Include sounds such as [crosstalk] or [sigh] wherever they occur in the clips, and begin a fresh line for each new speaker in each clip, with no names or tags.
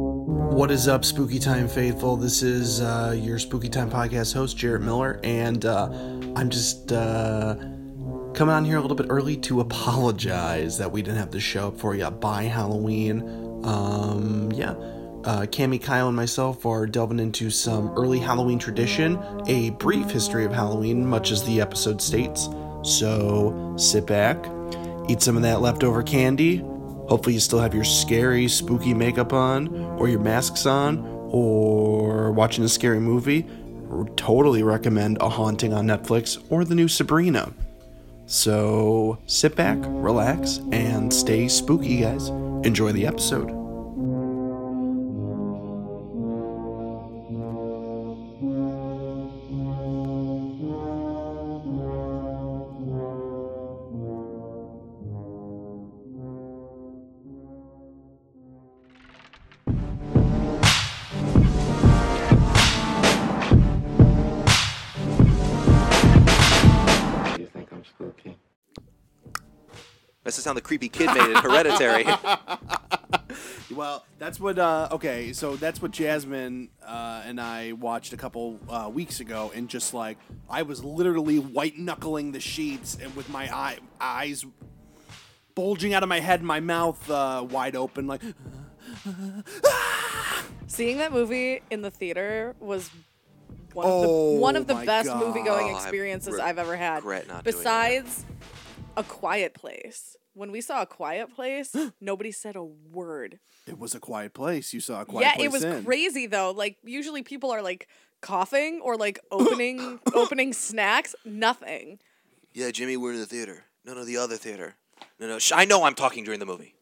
What is up, Spooky Time Faithful? This is uh, your Spooky Time podcast host, Jarrett Miller, and uh, I'm just uh, coming on here a little bit early to apologize that we didn't have the show up for you by Halloween. Um, yeah. Uh, Cami, Kyle, and myself are delving into some early Halloween tradition, a brief history of Halloween, much as the episode states. So sit back, eat some of that leftover candy. Hopefully, you still have your scary, spooky makeup on, or your masks on, or watching a scary movie. Totally recommend A Haunting on Netflix or the new Sabrina. So sit back, relax, and stay spooky, guys. Enjoy the episode.
Do you think I'm spooky?
That's the sound the creepy kid made in Hereditary.
Well, that's what. Uh, okay, so that's what Jasmine uh, and I watched a couple uh, weeks ago, and just like I was literally white knuckling the sheets, and with my eye, eyes bulging out of my head, and my mouth uh, wide open, like
Seeing that movie in the theater was one of
Oh,
the, one of the
my
best
God.
movie going
Oh, I
experiences
re-
I've ever had.
regret not doing that.
Besides A Quiet Place. When we saw A Quiet Place,
[gasps]
nobody said a word.
it was a quiet place. You saw a quiet
yeah,
place.
it was
in.
crazy though. Like usually people are like coughing or like [coughs] opening opening snacks, nothing.
[laughs] yeah, Jimmy, we're in the theater. No, no, the other theater. No, no, sh- I know I'm talking during the movie.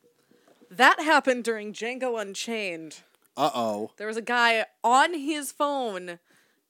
That happened during Django Unchained.
Uh oh.
There was a guy on his phone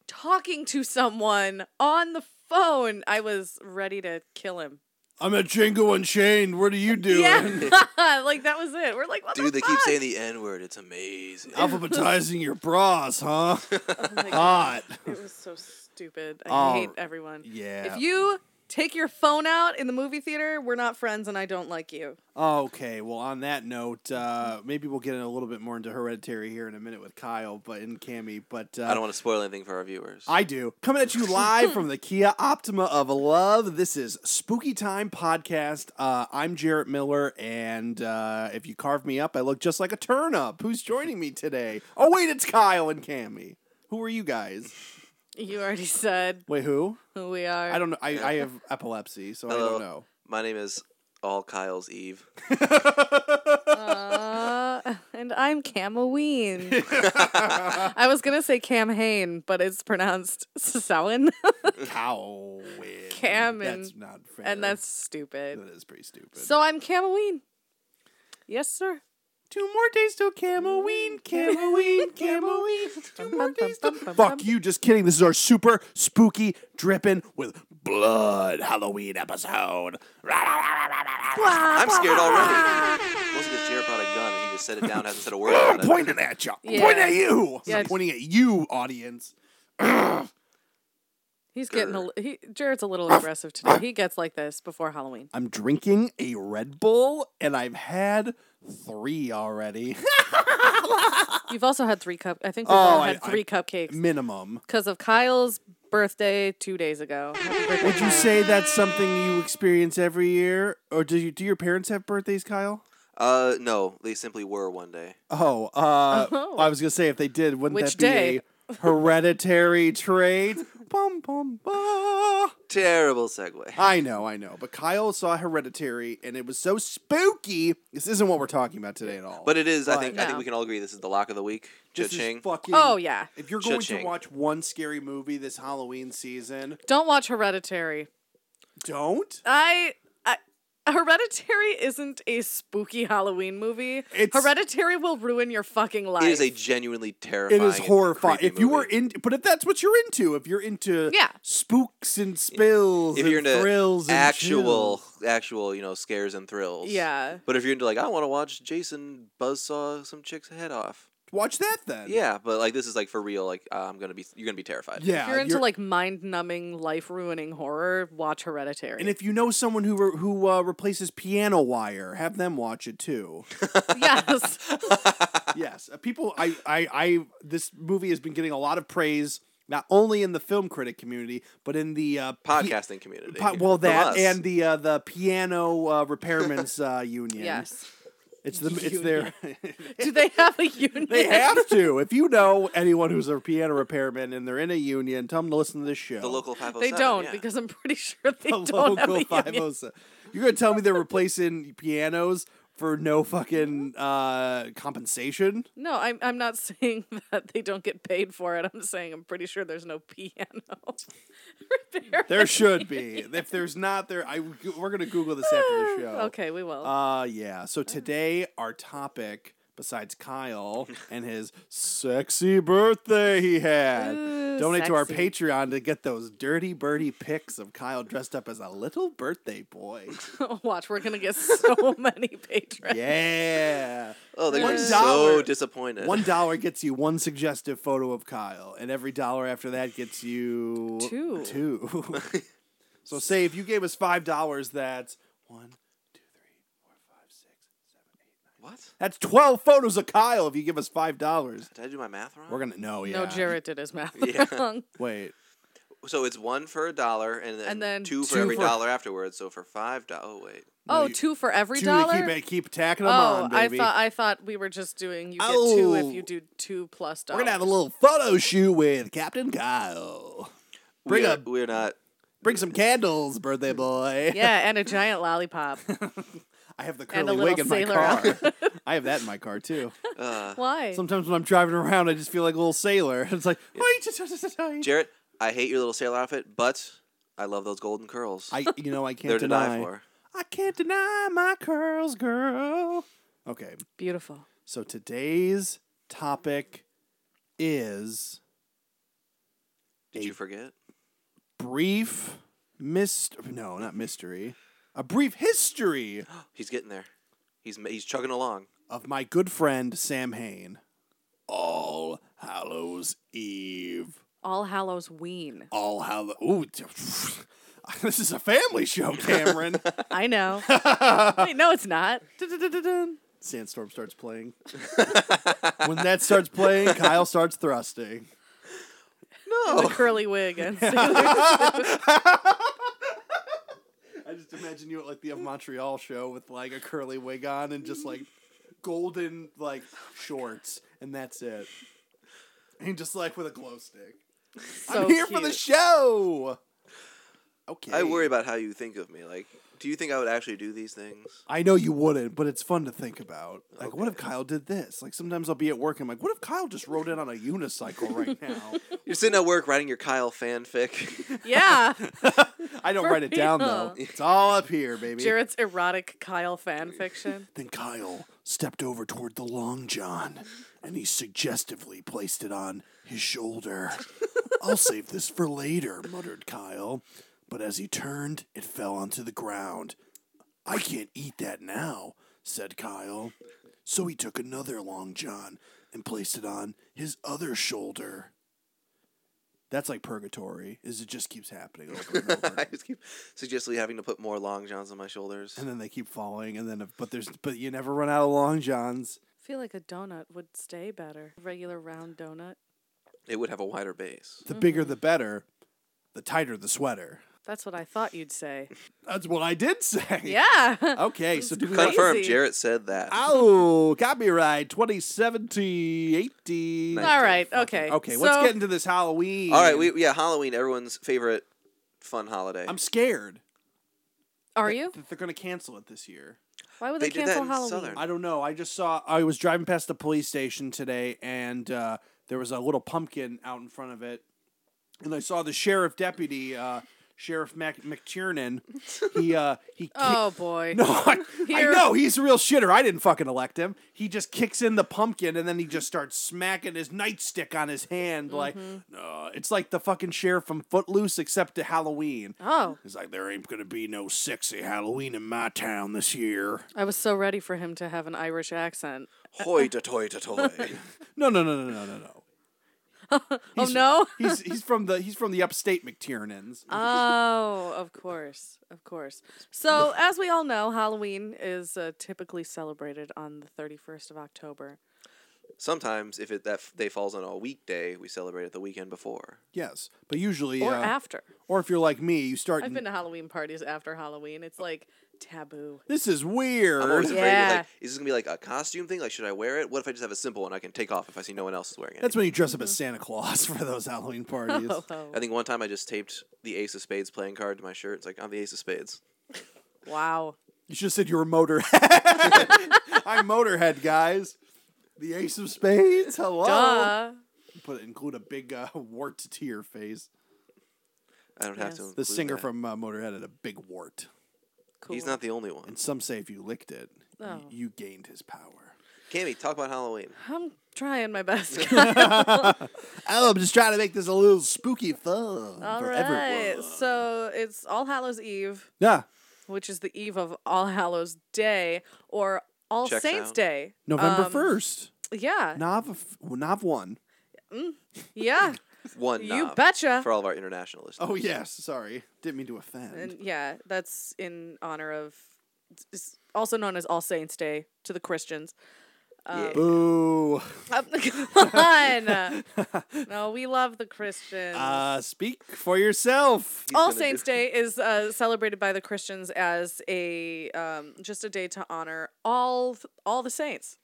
talking to someone on the phone. I was ready to kill him.
I'm at Django Unchained. What are you doing?
Yeah, [laughs] like that was it. We're like, what
Dude,
the
they keep
fuck?
saying the N word. It's amazing.
Alphabetizing your bras, huh?
Oh my God.
Hot.
It was so stupid. I
Oh,
hate everyone.
yeah.
If you take your phone out in the movie theater, we're not friends, and I don't like you.
Okay, well, on that note, uh, maybe we'll get in a little bit more into Hereditary here in a minute with Kyle, but and Cammy, but uh,
I don't want to spoil anything for our viewers.
I do. Coming
[laughs]
at you live from the Kia Optima of Love. This is Spooky Time Podcast. Uh, I'm Jarrett Miller, and uh, if you carve me up, I look just like a turnip. Who's joining me today? Oh wait, it's Kyle and Cammy. Who are you guys?
You already said
Wait, who?
who we are.
I don't know. I, I [laughs] have epilepsy, so I
Hello.
don't know.
My name is All Kyle's [laughs] Eve.
Uh, and I'm
[laughs]
Camoween. I was gonna say Cam Hain, but it's pronounced [laughs] Sowen,
Cow.
Cam and-
That's not fair.
and that's stupid.
that is pretty stupid.
So I'm Camoween. Yes, sir.
Two more days till Camoween, Camoween, [laughs] Camoween. Two more days till. Fuck you, just kidding. This is our super spooky, dripping with blood Halloween episode. [laughs]
I'm scared already. Mostly because Jared brought a gun and he just set it down, hasn't said a word
I'm
about it.
pointing at you. I'm
Yeah.
pointing at you.
Yeah,
I'm
it's-
pointing at you, audience.
He's getting a li- he, Jared's a
[coughs]
little aggressive today. He gets like this before Halloween.
I'm drinking a Red Bull, and I've had three already. [laughs]
You've also had three cup. I think we've
Oh,
all
I-
had three cupcakes
Minimum.
because of Kyle's birthday two days ago. Happy birthday,
Would you
Kyle.
say that's something you experience every year, or do you, do your parents have birthdays, Kyle?
Uh, no, they simply were one day.
Oh, uh,
Oh.
I was gonna say if they did, wouldn't
Which
that be
day?
a
[laughs]
hereditary trait? Bum, bum, ba.
Terrible segue.
I know, I know. But Kyle saw Hereditary, and it was so spooky. This isn't what we're talking about today at all.
But it is, I
But-
think, I think
No.
we can all agree this is the lock of the week.
This is
Cha-ching.
fucking.
Oh yeah.
If you're going to
Cha-ching.
watch one scary movie this Halloween season,
Don't watch Hereditary.
don't.
I, I Hereditary isn't a spooky Halloween movie.
It's-
Hereditary will ruin your fucking life.
It is a genuinely terrifying.
It is
and
horrifying.
creepy
If you were
movie.
in, but if that's what you're into, if you're into
Yeah.
spooks and spills,
if you're
and
into
thrills, and
actual
chills.
actual you know scares and thrills
Yeah.
but if you're into like i want to watch jason buzzsaw some chick's head off
watch that then.
yeah but like this is like for real like i'm gonna be you're gonna be terrified
yeah.
If you're into like mind-numbing, life-ruining horror, watch Hereditary.
And if you know someone who
[laughs]
re- [laughs] who uh, replaces piano wire, have them watch it too.
[laughs] yes.
yes, uh, people. I, I, I. This movie has been getting a lot of praise, not only in the film critic community, but in the uh, pi-
Podcasting community.
pi- well,
From
that
us.
and the uh, the piano uh, repairmen's uh, union.
Yes.
it's the
[laughs]
it's their.
Do they have a union?
they have
[laughs]
to. If you know anyone who's a piano repairman and they're in a union, tell them to listen to this show.
the local 507.
They don't
yeah.
because I'm pretty [laughs] sure they
[laughs] the
don't have
local
a
five
union.
oh seven. You're gonna tell me they're replacing pianos for no fucking uh,
[laughs]
compensation?
No, I'm I'm not saying that they don't get paid for it. I'm saying I'm pretty sure there's no piano [laughs] repair. [laughs]
There should be. If there's not, there I we're gonna Google this after
[laughs]
the show.
Okay, we will.
Uh yeah.
Oh.
So today our topic, besides Kyle and his sexy birthday he had,
Ooh,
donate to our
sexy.
Patreon to get those dirty birdie pics of Kyle dressed up as a little birthday
[laughs]
boy.
Watch, we're gonna get
[laughs]
so [laughs] many patrons.
yeah.
Oh, they're gonna be
One
so
dollar.
disappointed.
One dollar gets you one suggestive photo of Kyle, and every dollar after that gets you
Two. [laughs]
Two. so say if you gave us five dollars, that's one, two, three, four, five, six, seven, eight.
What?
That's twelve photos of Kyle if you give us five dollars.
Did I do my math wrong?
We're gonna no, yeah.
No, Jarrett did his math
Yeah.
[laughs] wrong.
Wait.
So it's one for a dollar, and then,
And then
two for
two
every
for-
dollar afterwards. So for five dollars. Oh wait.
Oh,
you-
two for every
Two,
dollar.
Keep, it- keep tacking
oh,
them on,
I
baby.
thought I thought we were just doing you get two
Oh.
if you do two plus
We're
dollars.
gonna have a little photo shoot with Captain Kyle. Bring
we
a
Are, we're not.
bring some candles, birthday boy. [laughs]
yeah, and a giant lollipop.
I have the
And a
curly wig
little
in my
sailor
car. [laughs] I have that in my car too.
Uh,
Why?
Sometimes when I'm driving around, I just feel like a little sailor. [laughs] It's like, wait,
Jarrett, I hate your little sailor outfit, but I love those golden curls.
I, you
[laughs]
know, I
They're
can't
to die
deny.
for.
I can't deny my curls, girl. Okay,
Beautiful.
so today's topic is
Did
A-
you forget?
brief mist. No, not mystery. A brief history
He's getting there. He's ma- he's chugging along.
of my good friend Sam Hain. All Hallows Eve.
All Hallows Ween.
All Hallows. Ooh, [laughs] this is a family show, Cameron.
I [laughs] know. Wait, no, it's not.
Dun-dun-dun-dun. Sandstorm starts playing. when that starts playing, Kyle starts thrusting.
No. The curly wig [laughs] and
I just imagine you at like the of Montreal show with like a curly wig on and just like golden like shorts, and that's it. And just like with a glow stick.
so
I'm here
cute.
for the show. Okay.
I worry about how you think of me. Like, do you think I would actually do these things?
I know you wouldn't, but it's fun to think about. Like, what if Kyle did this? Like, sometimes I'll be at work and I'm like, what if Kyle just rode in on a
[laughs]
unicycle right now?
You're sitting at work writing your Kyle
[laughs]
fanfic. [laughs]
Yeah. [laughs]
I don't
For
write it down though.
real.
It's all up here, baby.
Jarrett's erotic Kyle fan fiction.
Then Kyle stepped over toward the long john and he suggestively placed it on his shoulder. I'll save this for later, muttered Kyle. But as he turned, it fell onto the ground. I can't eat that now, said Kyle. So he took another long john and placed it on his other shoulder. That's like purgatory, is it just keeps happening over and over.
[laughs] I just keep suggesting having to put more long johns on my shoulders.
and then they keep falling and then but there's but you never run out of long johns
[laughs] I feel like a donut would stay better. Regular round donut.
It would have a wider base.
the
Mm-hmm.
bigger the better the tighter the sweater
That's what I thought you'd say.
that's what i did say
[laughs] Yeah.
okay so do we
Crazy.
Confirmed. Jarrett said that.
oh copyright 2017 18
Nice.
All right. Okay.
okay
so,
let's get into this halloween
All right. We, yeah, Halloween, everyone's favorite fun holiday.
i'm scared
Are you?
that they're gonna cancel it this year
Why would
They
they,
did that
cancel
in
Halloween?
Southern.
i don't know i just saw i was driving past the police station today and uh, there was a little pumpkin out in front of it and i saw the sheriff deputy uh, sheriff Mac- mctiernan he uh he
[laughs]
kicked-
Oh boy.
No, [laughs] I, I
Here.
know he's a real shitter. I didn't fucking elect him. He just kicks in the pumpkin and then he just starts smacking his nightstick on his hand like,
Mm-hmm.
no, it's like the fucking sheriff from Footloose except to Halloween.
Oh,
He's like, there ain't gonna be no sexy Halloween in my town this year.
I was so ready for him to have an Irish accent.
Hoy to toy to toy.
No, no, no, no, no, no, no.
oh no.
[laughs] He's he's from the he's from the upstate McTiernans.
oh, of course, of course. So, as we all know, Halloween is uh, typically celebrated on the 31st of October.
Sometimes, if it, that f- day falls on a weekday, we celebrate it the weekend before.
Yes, but usually,
Or
uh,
after.
or if you're like me, you start.
I've been to
Mm.
Halloween parties after Halloween. It's like taboo.
this is
I'm always
weird.
afraid. that, Like,
Yeah.
is this gonna be like a costume thing? Like, should I wear it? What if I just have a simple one I can take off if I see no one else is wearing it?
That's when you dress up as Santa Claus [laughs] for those Halloween parties.
Mm-hmm. Oh,
I think one time I just taped the Ace of Spades playing card to my shirt. It's like I'm the Ace of Spades.
wow.
You should have said you were Motorhead. [laughs] I'm Motorhead, guys. The Ace of Spades.
Oh.
Hello.
Duh.
Put include a big uh, wart to your face.
I don't have
Yes.
to.
The
The
include
singer
that.
from uh, Motorhead had a big wart,
Cool.
He's not the only one.
and some say if you licked it, y-
Oh.
you gained his power.
Cammy, talk about Halloween.
I'm trying
[laughs]
my best. Kyle.
Oh, I'm just trying to make this a little spooky fun
All
for
right.
everyone.
So it's All Hallows Eve,
Yeah,
which is the eve of All Hallows Day or All
Checks
Saints
out.
Day.
November
Um,
first,
Yeah.
Nav, f- Nav one.
[laughs]
Yeah.
One.
you
knob
betcha.
For all of our international listeners.
Oh yes, sorry, didn't mean to offend.
and yeah, that's in honor of, it's also known as All Saints Day to the Christians. Um,
yeah.
Boo.
Up [laughs] the on. no, we love the Christians.
Uh, speak for yourself.
He's
All
gonna do-
Saints Day is uh, celebrated by the Christians as a um, just a day to honor all all the saints.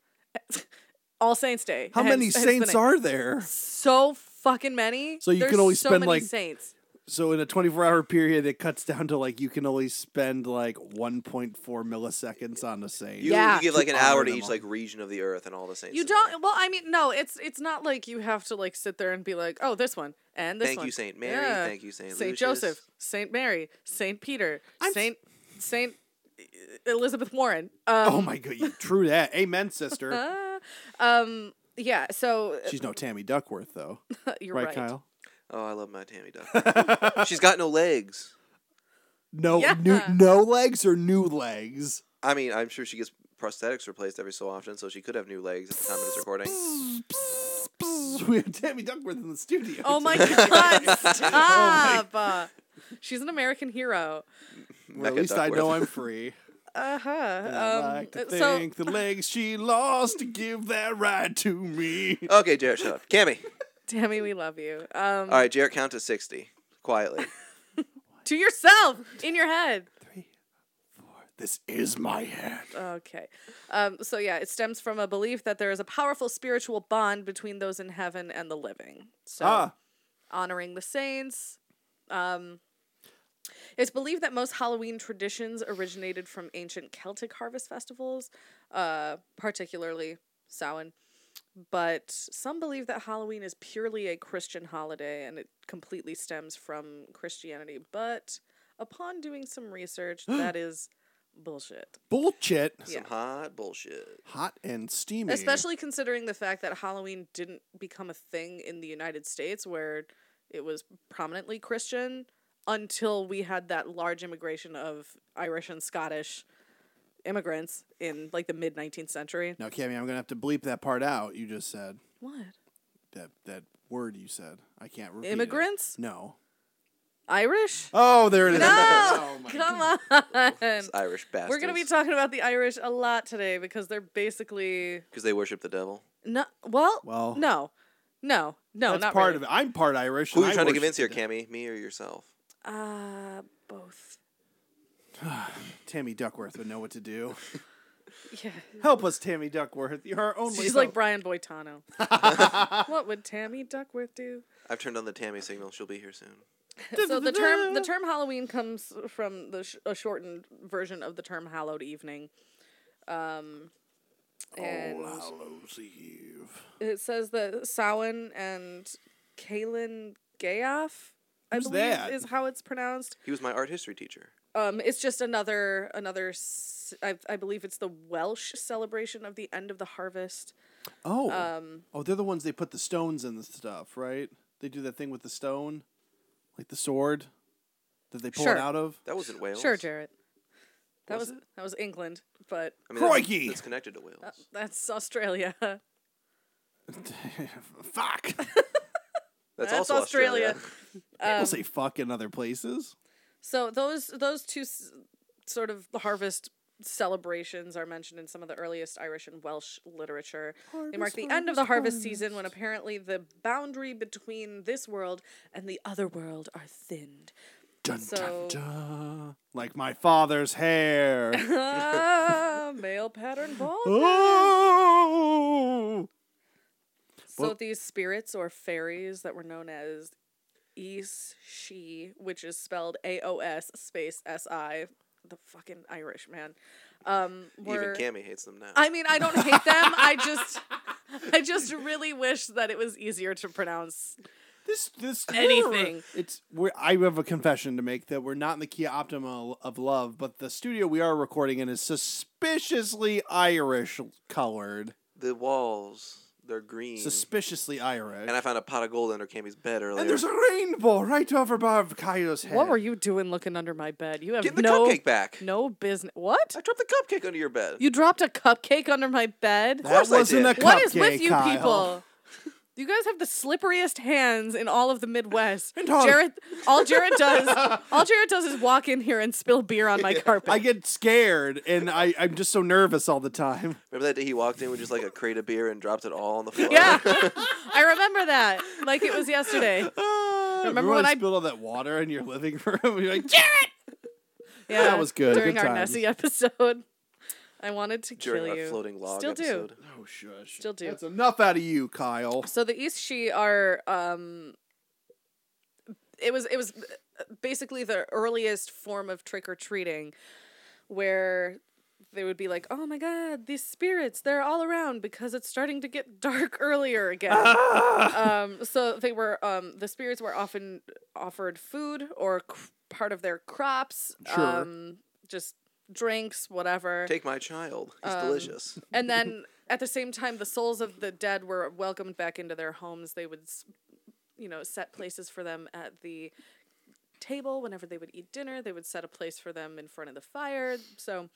[laughs] all Saints Day.
How
hence-
many
hence the
saints
name.
are there?
So fucking many.
So you
There's
can only
so
spend,
many
like-
saints.
So in a 24-hour period, it cuts down to like you can only spend like 1.4 milliseconds on a saint.
You,
Yeah.
you give like an
To
hour
honor
to
them
each
all.
like region of the earth and all the saints.
You
in there.
don't. Well, I mean, no. It's it's not like you have to like sit there and be like, oh, this one and this
Thank
one.
you, Saint Mary.
Yeah.
Thank you, Saint
Saint
Lucius.
Joseph, Saint Mary, Saint Peter, Saint Saint Elizabeth Warren. Um,
Oh my god, you true that. Amen, sister.
[laughs] um, yeah. So uh,
She's no Tammy Duckworth though,
[laughs] you're
right,
right.
Kyle?
Oh, I love my Tammy Duck.
[laughs]
She's got no legs.
No,
Yeah.
new, no legs or new legs. [laughs]
I mean, I'm sure she gets prosthetics replaced every so often, so she could have new legs at the time of this recording.
[laughs] We have Tammy Duckworth in the studio.
Oh
[laughs]
my god!
Oh
Stop. She's an American hero.
Well, at
Mecca
least I know
Duckworth.
[laughs]
I'm free.
Uh
Uh-huh.
I
huh.
like to
Um, so
think the legs she lost to give that ride to me.
Okay, Jarrett, shut up. Cammy.
Tammy, we love you.
All
Um,
right, Jarrett, count to sixty quietly.
to yourself in your head.
This is my head.
Okay. Um, so, yeah, it stems from a belief that there is a powerful spiritual bond between those in heaven and the living. So,
Ah,
honoring the saints. Um, it's believed that most Halloween traditions originated from ancient Celtic harvest festivals, uh, particularly Samhain. But some believe that Halloween is purely a Christian holiday and it completely stems from Christianity. But upon doing some research, that is bullshit.
bullshit.
[laughs] Yeah.
Hot bullshit.
Hot and steamy.
Especially considering the fact that Halloween didn't become a thing in the United States where it was prominently Christian until we had that large immigration of Irish and Scottish immigrants in like the mid 19th century.
Now, Cammy, I'm gonna have to bleep that part out. You just said
What?
that that word you said. I can't repeat it.
Immigrants?
No.
Irish?
Oh, there it is.
[laughs]
oh
No! Come on.
It's [laughs] Irish bastards.
We're going to be talking about the Irish a lot today because they're basically
because they worship the devil.
no well,
Well-
no. No. No,
That's
not
part
really.
of it. I'm part Irish.
Who
and
are you
I
trying to convince
worship the
here,
de-
Cammy? Me or yourself?
Uh both.
Tammy Duckworth would know what to do.
[laughs] Yeah.
Help us, Tammy Duckworth. You're our only.
She's like
hope.
Brian Boitano. what would Tammy Duckworth do?
I've turned on the Tammy signal. She'll be here soon.
So the term the term Halloween comes from the sh- a shortened version of the term Hallowed Evening.
Oh,
Um, and
Hallows Eve.
it says that Samhain and Kalen Gayoff, I
Who's
believe,
that?
is how it's pronounced.
He was my art history teacher.
Um, it's just another another. s- I, I believe it's the Welsh celebration of the end of the harvest.
Oh.
Um,
oh, they're the ones they put the stones in the stuff, right? They do that thing with the stone, like the sword that they pull
Sure.
it out of. [laughs]
That wasn't Wales.
Sure, Jarrett. That
Was
was, that was England, but
I mean, that's-
Crikey!
That's connected to Wales.
Uh, that's Australia. [laughs]
Fuck.
That's,
That's
also
Australia.
Australia.
Um,
People say fuck in other places.
So those those two s- sort of harvest celebrations are mentioned in some of the earliest Irish and Welsh literature. they mark the end of the harvest season when apparently the boundary between this world and the other world are [laughs] thinned.
Dun,
So-
dun, dun. Like my father's hair.
[laughs] ah, male pattern ball.
oh!
So these spirits or fairies that were known as East She, which is spelled A O S space S I, the fucking Irish man. Um, were,
[laughs] Even Cammy hates them now.
I mean, I don't hate them. I
[laughs]
just, I just really wish that it was easier to pronounce.
This this
Anything.
It's we're, I have a confession to make that we're not in the Kia Optima of love, but the studio we are recording in is suspiciously Irish colored.
the walls, they're green.
Mm.
Suspiciously Irish.
and I found a pot of gold under Cammy's bed earlier.
And there's a rainbow right over above Kylo's head.
What were you doing looking under my bed? You have
Get the
no
cupcake back.
no business. What?
I dropped the cupcake under your bed.
You dropped a cupcake under my bed?
That
I
wasn't
did.
a cupcake.
What is with you
Kyle.
people? You guys have the slipperiest hands in all of the Midwest.
[laughs] And all-
Jared, all Jared does, all Jared does is walk in here and spill beer on
[laughs]
my carpet.
I get scared and I, I'm just so nervous all the time.
Remember that day he walked in with just like a crate of beer and dropped it all on the floor?
yeah, I remember that like it was
[laughs]
yesterday.
Remember,
when I-
spilled all that water in your living room? [laughs] You're like, Jared!
Yeah,
That was good.
During
Good
our
times.
Nessie episode, I wanted to
During
kill
our
you.
floating log
Still do.
episode.
Oh, shush.
Still do.
That's enough out of you, Kyle.
So the East Shi are um it was it was uh, basically the earliest form of trick or treating where they would be like, "Oh my god, these spirits, they're all around because it's starting to get [laughs] dark earlier again." um so they were um the spirits were often offered food or c- part of their crops,
Sure.
um just drinks, whatever.
Take my child. He's
Um,
delicious.
And then at the same time, the souls of the dead were welcomed back into their homes. They would, s- you know, set places for them at the table whenever they would eat dinner. They would set a place for them in front of the fire. So,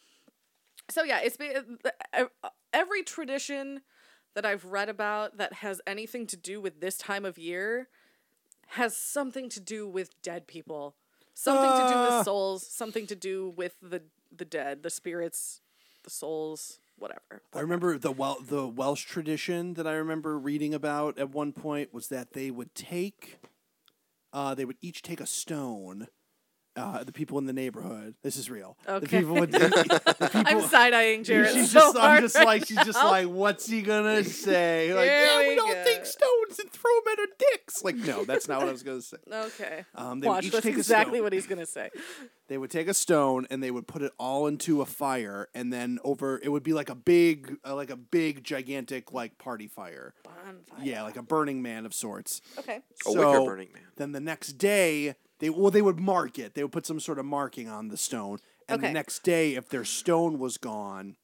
so yeah, it's been every tradition that I've read about that has anything to do with this time of year has something to do with dead people, something to do
Ah.
with souls, something to do with the the dead, the spirits, the souls, whatever.
I remember the Wel- the Welsh tradition that I remember reading about at one point was that they would take, uh, they would each take a stone. Uh, the people in the neighborhood. This is real.
Okay.
The
[laughs]
people would. [laughs] the people,
I'm side eyeing Jared.
[laughs] she's
so
just. I'm
hard
just
right
like. She's just
now.
like. What's he
[laughs]
gonna say? Like,
Here
yeah, we,
we
don't
go.
take stones and throw them at our dicks. Like, no, that's not what I was gonna say.
Okay.
Um, they would
Watch.
each
That's
take a
exactly
stone.
what he's gonna say.
They would take a stone and they would put it all into a fire, and then over it would be like a big, uh, like a big, gigantic, like party fire.
Bonfire.
Yeah, like a Burning Man of sorts.
Okay.
A
so,
wicker Burning Man.
Then the next day, they well they would mark it. They would put some sort of marking on the stone, and
Okay.
the next day, if their stone was gone,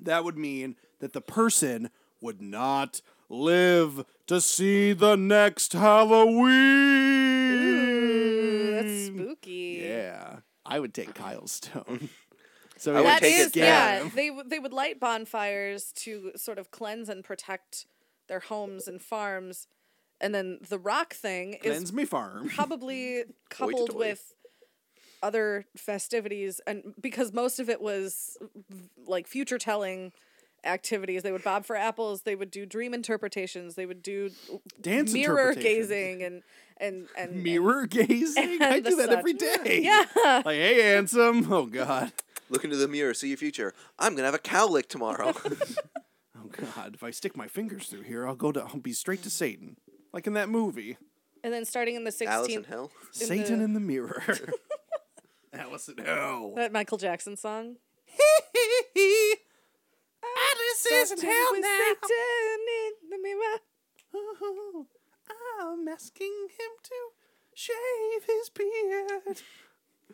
that would mean that the person would not live to see the next Halloween.
Ooh, that's spooky.
Mm. Yeah, I would take Kyle's stone. So
I would
That
take
is,
it
yeah.
down.
They w- they would light bonfires to sort of cleanse and protect their homes and farms, and then the rock thing is
Cleanse me farm. [laughs]
probably coupled
toy.
with other festivities and because most of it was like future telling activities they would bob for apples they would do dream interpretations they would do
Dance
mirror
interpretation.
gazing and and and
Mirror gazing. I
And the
do that
such.
every day.
yeah
Like, hey, handsome. Oh God.
Look into the mirror, see your future. I'm gonna have a cow lick
[laughs]
tomorrow.
Oh God! If I stick my fingers through here, I'll go to. I'll be straight to Satan, like in that movie,
and then starting in the 16th
Alice in Hell.
Satan
the-
in the mirror. Alice in
[laughs]
Hell.
that michael jackson song
Alice is in
Satan
hell
with
now.
Satan in the mirror.
Ooh, [laughs] I'm asking him to shave his beard.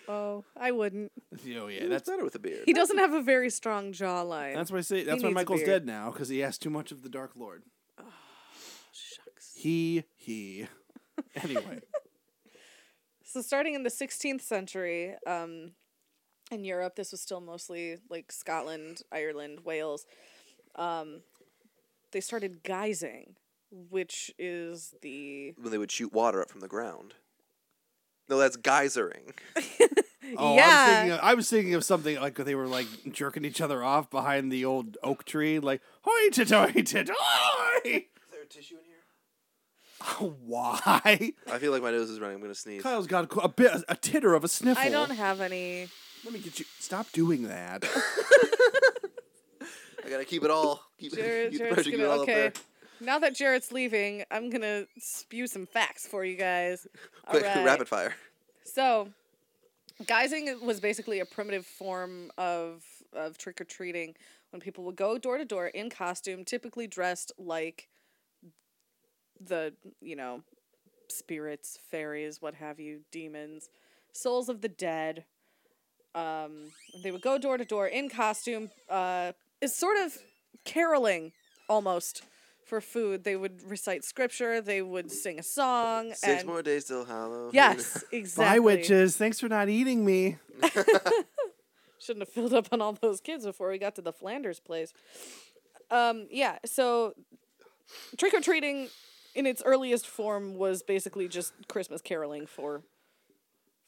oh i wouldn't
Oh yeah,
That's
that's
better with a beard.
he doesn't have a very strong jawline
that's why I say that's why
needs a
Michael's
beard. Oh,
dead now because he asked too much of the Dark Lord.
Shucks.
He he. [laughs] Anyway,
[laughs] So starting in the 16th century, um, in Europe, this was still mostly like Scotland, Ireland, Wales. Um, they started guising, which is the
[laughs] When they would shoot water up from the ground. No, that's geysering.
Oh, I, was
Yeah.
thinking of, I was thinking of something like they were like jerking each other off behind the old oak tree, like hoi titoi [laughs] titoi.
Is there a tissue in here?
Why?
I feel like my nose is running. I'm gonna sneeze.
Kyle's got a qu- a bit a titter of a sniffle.
I don't
[laughs]
have any.
Let me get you. Stop doing
[laughs]
that.
I gotta keep it all. Keep [laughs]
Jared,
keep the
Jared's
pressure, keep
gonna
it all up
okay.
there.
Now that Jared's leaving, I'm gonna spew some facts for you guys. All
[laughs] Quick,
right.
rapid fire.
So, guising was basically a primitive form of of trick or treating when people would go door to door in costume, typically dressed like the you know spirits, fairies, what have you, demons, souls of the dead. Um, they would go door to door in costume. Uh, it's sort of caroling almost for food. They would recite scripture. They would sing a song.
Six
and
more days till Halloween. [laughs]
Yes, exactly.
Bye, witches. Thanks for not eating me.
Shouldn't have [laughs] filled up on all those kids before we got to the Flanders place. Um, yeah, so trick or treating in its earliest form was basically just Christmas caroling for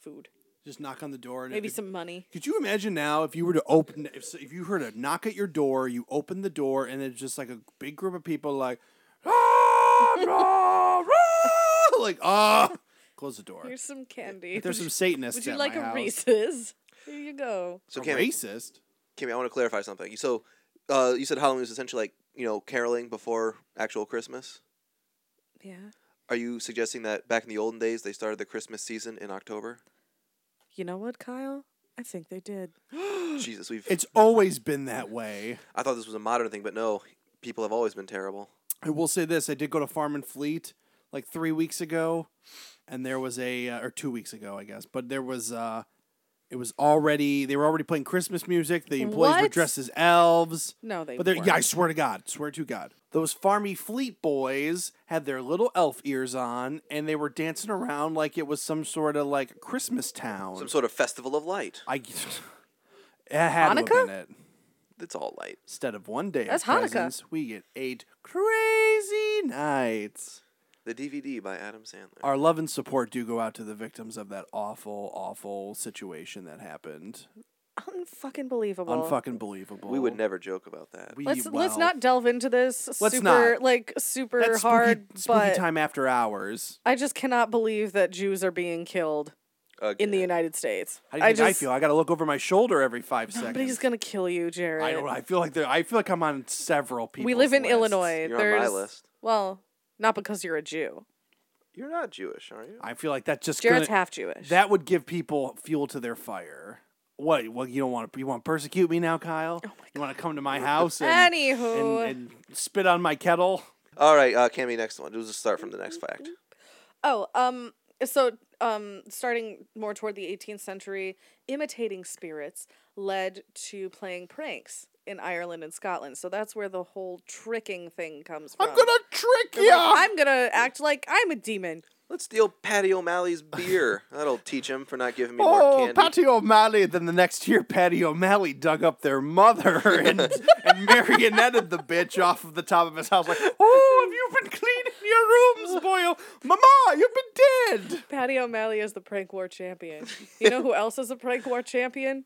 food,
Just knock on the door. And
maybe
if-
some money.
Could you imagine now if you were to open if if you heard a knock at your door, you open the door and it's just like a big group of people like
[laughs]
"Ah, rah, rah," like ah close the door.
Here's some candy.
There's
[laughs]
some
Would-
Satanists.
Would you
at
like
my
a
house.
Reese's? Here you go.
So
A
Cammy,
racist?
Kimmy, I want to clarify something. So, uh, you said Halloween is essentially like you know caroling before actual Christmas.
Yeah,
Are you suggesting that back in the olden days they started the Christmas season in
[gasps]
October?
you know what, Kyle? I think they did.
Jesus, we've.
It's always been that way.
I thought this was a modern thing, but no, people have always been terrible.
I will say this: I did go to Farm and Fleet like three weeks ago, and there was a uh, or two weeks ago, I guess. But there was uh, it was already they were already playing Christmas music. The employees were
What?
dressed as elves.
No, they.
But they're, yeah, I
weren't.
swear to God, swear to God, those farmy fleet boys had their little elf ears on, and they were dancing around like it was some sort of like Christmas town.
Some sort of festival of light.
I [laughs] it had to have
Hanukkah?
been it.
It's all light.
Instead of one day
That's
of
Hanukkah.
presents, we get eight crazy nights.
The DVD by Adam Sandler.
Our love and support do go out to the victims of that awful, awful situation that happened.
unfucking believable.
Unfucking believable.
we would never joke about that.
We-
Let's let's
well,
not delve into this
Let's
super
not.
like super
that's spooky-
hard,
spooky
but
time after hours.
I just cannot believe that Jews are being killed in the
Again.
United States.
How do you
I
think
just,
I feel? I got to look over my shoulder every five seconds.
Nobody's gonna kill you, Jared.
I don't. I feel like there. I feel like I'm on several people.
we live in Illinois.
You're
There's
on my list.
well, not because you're a Jew.
You're not Jewish, are you?
I feel like that just
Jared's
gonna-
half Jewish.
that would give people fuel to their fire. What? Well, you don't want to. You want to persecute me now, Kyle? you want to come to my house and, and,
Oh Anywho,
and spit on my kettle?
All right, uh, Cammy, next one. We'll just start from the next fact.
oh, um, so um, starting more toward the 18th century, imitating spirits led to playing pranks in Ireland and Scotland. So that's where the whole tricking thing comes from.
trick
They're like, I'm gonna act like I'm a demon.
Let's steal Patty
[laughs]
O'Malley's beer. That'll teach him for not giving me more
Oh,
candy.
Patty O'Malley. Then the next year, Patty O'Malley dug up their mother [laughs] and, and marionetted the bitch off of the top of his house.
[laughs]
Like, oh, have you been cleaning your rooms, boy? Mama, you've been dead.
Patty O'Malley is the prank war champion. You know
[laughs]
who else is a prank war champion?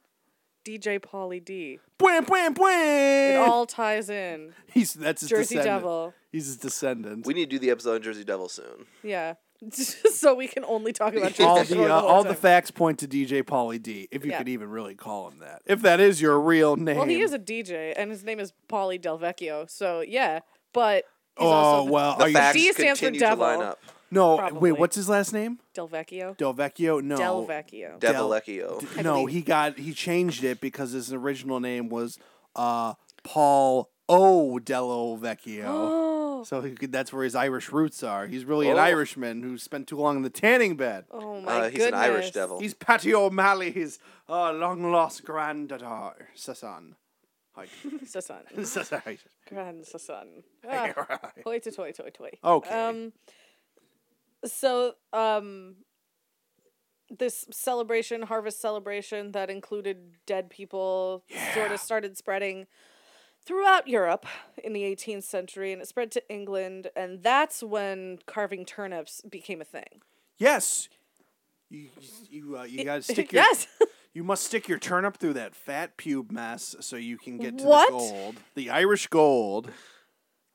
DJ Pauly D.
Bwah, bwah,
It
bwah.
all ties in.
[laughs] He's that's his
Jersey
descendant.
Devil.
He's his descendant.
We need to do the episode on Jersey Devil soon.
Yeah. [laughs] so we can only talk about Jersey
[laughs]
Shore
all the uh,
whole
all the
time.
facts point to DJ Pauly D. If you
Yeah.
could even really call him that. If that is your real name.
Well, he is a DJ, and his name is Pauly Del Vecchio. So yeah, but he's
Oh
also the
well,
The
are you
facts
D stands for
continue to line
devil.
up.
no?
Probably.
Wait, what's his last name?
Del Vecchio.
Del Vecchio? No.
Del Vecchio.
Del-
Devilecchio.
D- no,
believe-
he got he changed it because his original name was uh, Paul O. Del Vecchio.
Oh.
So he, could- that's where his Irish roots are. He's really an
Oh.
Irishman who spent too long in the tanning bed.
Oh my
Uh,
goodness.
he's an Irish devil.
He's Patty O'Malley's uh, long lost granddaughter, Sasan.
[laughs]
Hi.
Sasan.
Sasan.
Grand Sasan.
[laughs]
Ah. Toy to toy toy toy.
Okay.
Um, so um, this celebration, harvest celebration that included dead people, sort of started spreading throughout Europe in the 18th century, and it spread to England, and that's when carving turnips became a thing. [laughs]
Yes. You you, uh, you gotta stick your
yes,
You must stick your turnip through that fat pube mess so you can get to
What?
the gold, the Irish gold.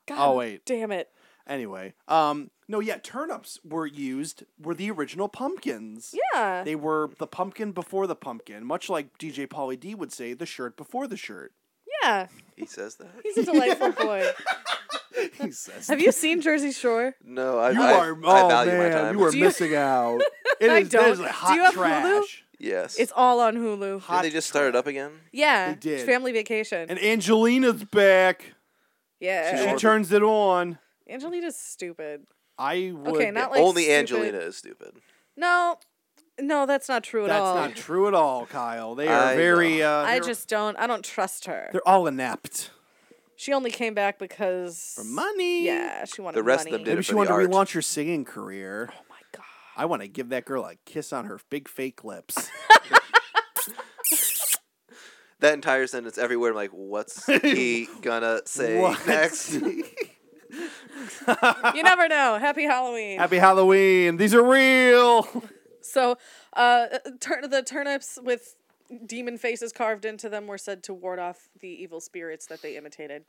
God
Oh, wait.
Damn it.
Anyway, um, no, yeah, turnips were used were the original pumpkins.
Yeah.
They were the pumpkin before the pumpkin, much like DJ Polly D would say, the shirt before the shirt. [laughs]
Yeah.
He says that.
He's a delightful boy. [laughs]
He says,
Have you seen Jersey Shore?
No, I,
You
I,
are, oh
I value
man,
my time.
you are
Do you- [laughs]
missing out. It
I
is, that is
don't.
like
Do
hot
you have Hulu?
trash.
yes.
It's all on Hulu.
Did they just start it up again?
Yeah.
They did.
Family vacation.
And Angelina's back.
yeah.
She turns it on.
Angelina's stupid.
I would.
Okay, not like
Only
stupid.
Angelina is stupid.
No. No, that's not true at
That's
all. [laughs]
not true at all, Kyle. They are
I
very. Uh,
I
they're-
just don't I don't trust her.
They're all inept.
She only came back because
For money.
Yeah, she wanted
The rest of them
money.
did
Maybe
it
she
for
wanted
the
to
art.
relaunch her singing career.
Oh my god.
I want to give that girl a kiss on her big fake lips. [laughs]
That entire sentence everywhere. I'm like,
[laughs]
what's he gonna say
What?
next?
You never know. Happy Halloween.
Happy Halloween. These are real. [laughs]
So, uh, turn the turnips with demon faces carved into them were said to ward off the evil spirits that they imitated.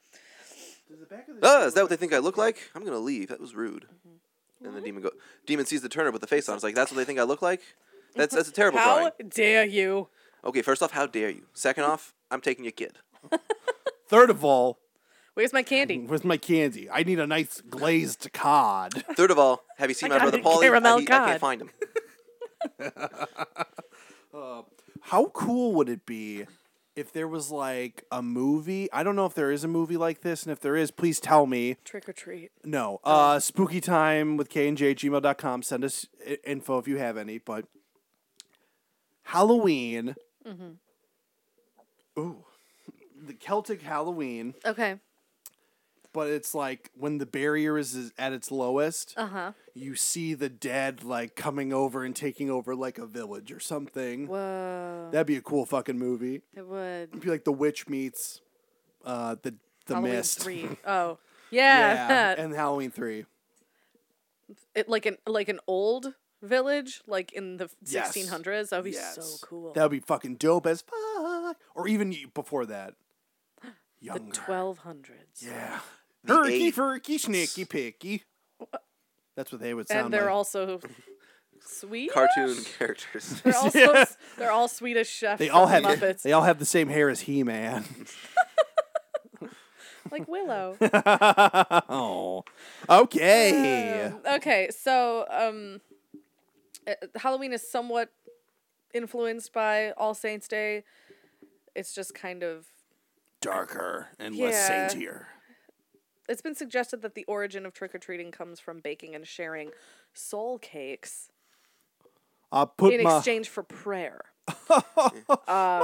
oh, is that what they think I look like? I'm gonna leave. That was rude.
Mm-hmm.
And the demon go. Demon sees the turnip with the face on. It's like, that's what they think I look like. That's
[laughs]
that's a terrible
How
drawing.
dare you?
Okay, first off, how dare you? Second off, I'm taking your kid.
Third of all,
Where's my
[laughs]
candy?
where's my candy? I need a nice glazed
[laughs]
cod.
Third of all, have you
[laughs]
seen my
got
brother
a
Paulie? I,
caramel
need- I
cod.
can't
[laughs]
find him.
How cool would it be if there was like a movie? I don't know if there is a movie like this, and if there is, please tell me.
Trick or treat.
No. Uh, spooky time with K and J gmail.com. Send us i- info if you have any. But Halloween.
Mm-hmm.
Ooh. The Celtic Halloween,
Okay.
but it's like when the barrier is, is at its lowest,
Uh huh.
you see the dead like coming over and taking over like a village or something.
Whoa.
That'd be a cool fucking movie.
It would.
It'd be like the witch meets uh, the the
Halloween
mist.
three.
[laughs]
Oh. Yeah. [laughs] that.
and Halloween three.
It, like an like an old village, like in the
Yes.
1600s. That would be
Yes.
so cool.
That would be fucking dope as fuck. Or even y- before that.
the
Younger.
1200s.
yeah.
The
Herky,
eight.
ferky, snicky, picky. That's what they would sound
And they're
like. [laughs]
also sweet.
Cartoon [laughs] characters.
[laughs] They're all
[laughs]
so- they're all Swedish chefs.
they all
from
have
Muppets,
[laughs] they all have the same hair as He [laughs] Man.
like
[laughs]
Willow.
oh, okay.
Um, okay, so um, uh, Halloween is somewhat influenced by All Saints Day. It's just kind of.
Darker and less
Yeah.
saintier.
It's been suggested that the origin of trick or treating comes from baking and sharing soul cakes
I put
in
my
exchange for prayer.
my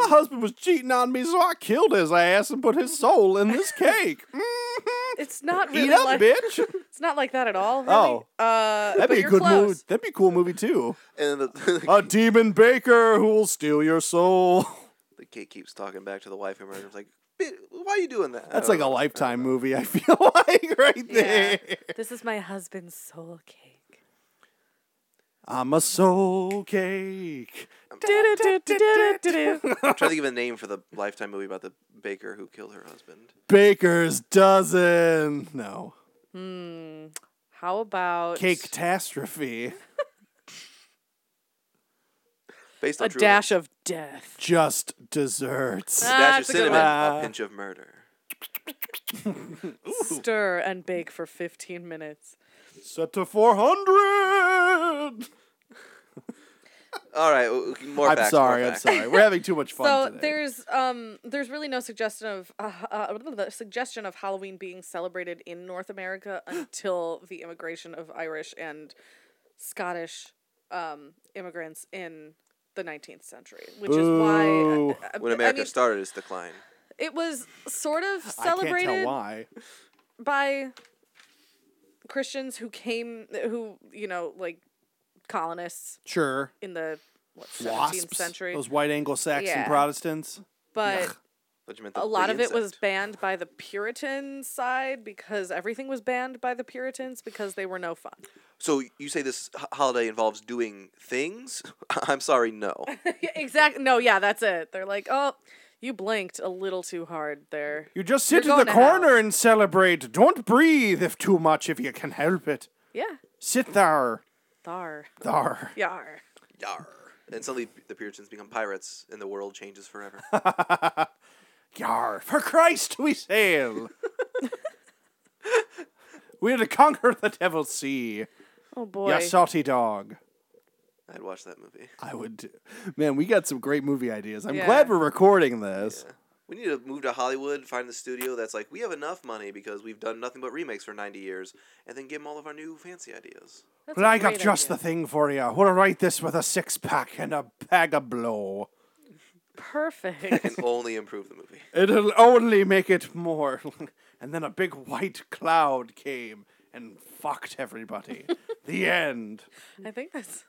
husband was cheating on me, so I killed his ass and put his soul in
[laughs]
this cake. Mm-hmm.
It's not really
Eat up,
like
bitch.
[laughs] it's not like that at all. Really.
Oh.
uh,
That'd
but
be a
you're
good
close.
movie. That'd be a cool movie too.
and the, the,
A demon baker who will steal your soul.
kid keeps talking back to the wife and murder. It's like, "Bi- why are you doing that? I
That's
don't
like a
know.
lifetime movie. I [laughs] feel like right
Oh, Yeah.
there.
this is my husband's soul cake.
[laughs] I'm a soul cake.
Du-du-du-du-du-du-du.
I'm trying
[laughs]
to think of a name for the lifetime movie about the baker who killed her husband.
Baker's dozen. No.
How about
Cake catastrophe.
Based on
a
true
dash of death?
Just
[laughs]
desserts.
events. dash of
That's a good
cinnamon,
one.
a pinch of murder.
Stir and bake for 15 minutes.
Set to 400.
All right, w- w- more
I'm
facts.
sorry.
more
I'm
facts.
sorry. We're having too
[laughs]
much fun.
So
today.
there's um there's really no suggestion of uh, uh, the suggestion of Halloween being celebrated in North
[gasps]
America until the immigration of Irish and Scottish um immigrants in the 19th century, which
Boo.
is why uh, uh,
When
I
America
mean,
started its decline,
it was sort of
I can't
celebrated
tell why.
by Christians who came who you know like colonists
Sure.
in the what, 17th
Wasps.
century.
Those white Anglo-Saxon
Yeah.
Protestants.
but
Thought you meant the-
a lot
the
of it was
insect.
banned by the Puritan side because everything was banned by the Puritans because they were no fun.
So you say this h- holiday involves doing things? [laughs] I'm sorry,
[laughs]
no.
exactly. No, [laughs] yeah, that's it. They're like, oh, you blinked a little too hard there.
You just
You're
sit in the
going to
corner
hell.
and celebrate. Don't breathe if too much if you can help it.
Yeah.
Sit there.
Thar.
There.
Yar.
Yar. And suddenly the Puritans become pirates, and the world changes
[laughs]
forever.
Yar. For Christ we sail. We're to conquer the devil's sea.
Oh boy.
Ya salty dog.
I'd watch that movie.
I would. do- Man, we got some great movie ideas. I'm
Yeah.
glad we're recording this.
We need to move to Hollywood, find the studio that's like, we have enough money because we've done nothing but remakes for 90 years, and then give them all of our new fancy ideas.
That's
But
a
I got
great
just
idea.
the thing for you. We'll write this with a six pack and a bag of blow.
perfect.
[laughs]
And only improve the movie.
It'll only make it more. [laughs] and then a big white cloud came and fucked [laughs] everybody. the end.
I think that's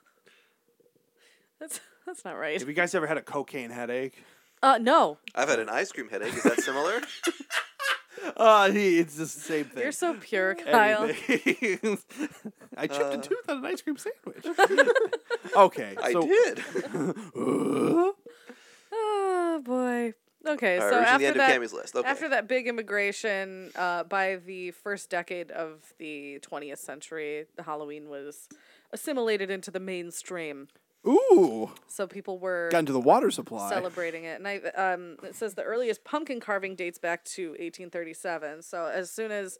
[laughs] that's that's not right.
Have you guys ever had a cocaine headache?
Uh, no,
I've had an ice cream headache. Is that similar?
[laughs] Uh, he- it's just the same thing.
you're so [laughs] pure, Kyle.
Anything. [laughs] I chipped a tooth on an ice cream sandwich. okay.
Uh. I
so,
did.
Oh boy. Okay,
all right,
so
reaching the
after
end
that,
of Cammy's list. Okay.
after that big immigration, uh, by the first decade of the 20th century, the Halloween was assimilated into the mainstream.
Ooh.
So people were
Got into the water supply.
celebrating it. And I, um, it says the earliest pumpkin carving dates back to 1837. So as soon as,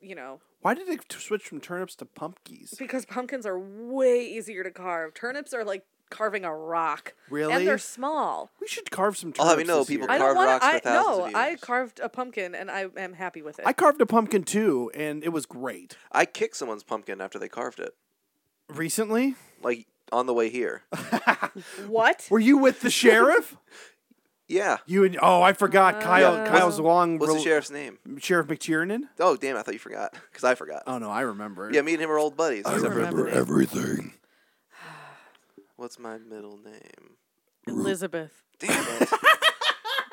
you know,
Why did it switch from turnips to pumpkins?
because pumpkins are way easier to carve. Turnips are like carving a rock.
Really?
And they're small.
We should carve some turnips.
I'll have you know,
this
people
year.
I don't
Carved
want
rocks
to.
for
I
thousands
no.
of
I
years.
carved a pumpkin and I am happy with it.
I carved a pumpkin too, and it was great.
I kicked someone's pumpkin after they carved it,
Recently,
like on the way here.
what?
were you with the
[laughs]
sheriff?
Yeah.
you and oh, I forgot. Kyle,
Yeah, what's-
Kyle's long.
What's the
rel-
sheriff's name?
Sheriff McTiernan.
Oh, damn! I thought you forgot because I forgot.
Oh no, I remember.
yeah, me and him are old
uh,
buddies. except for-
everything.
What's my middle name?
Elizabeth. [laughs]
Damn
[laughs]
it!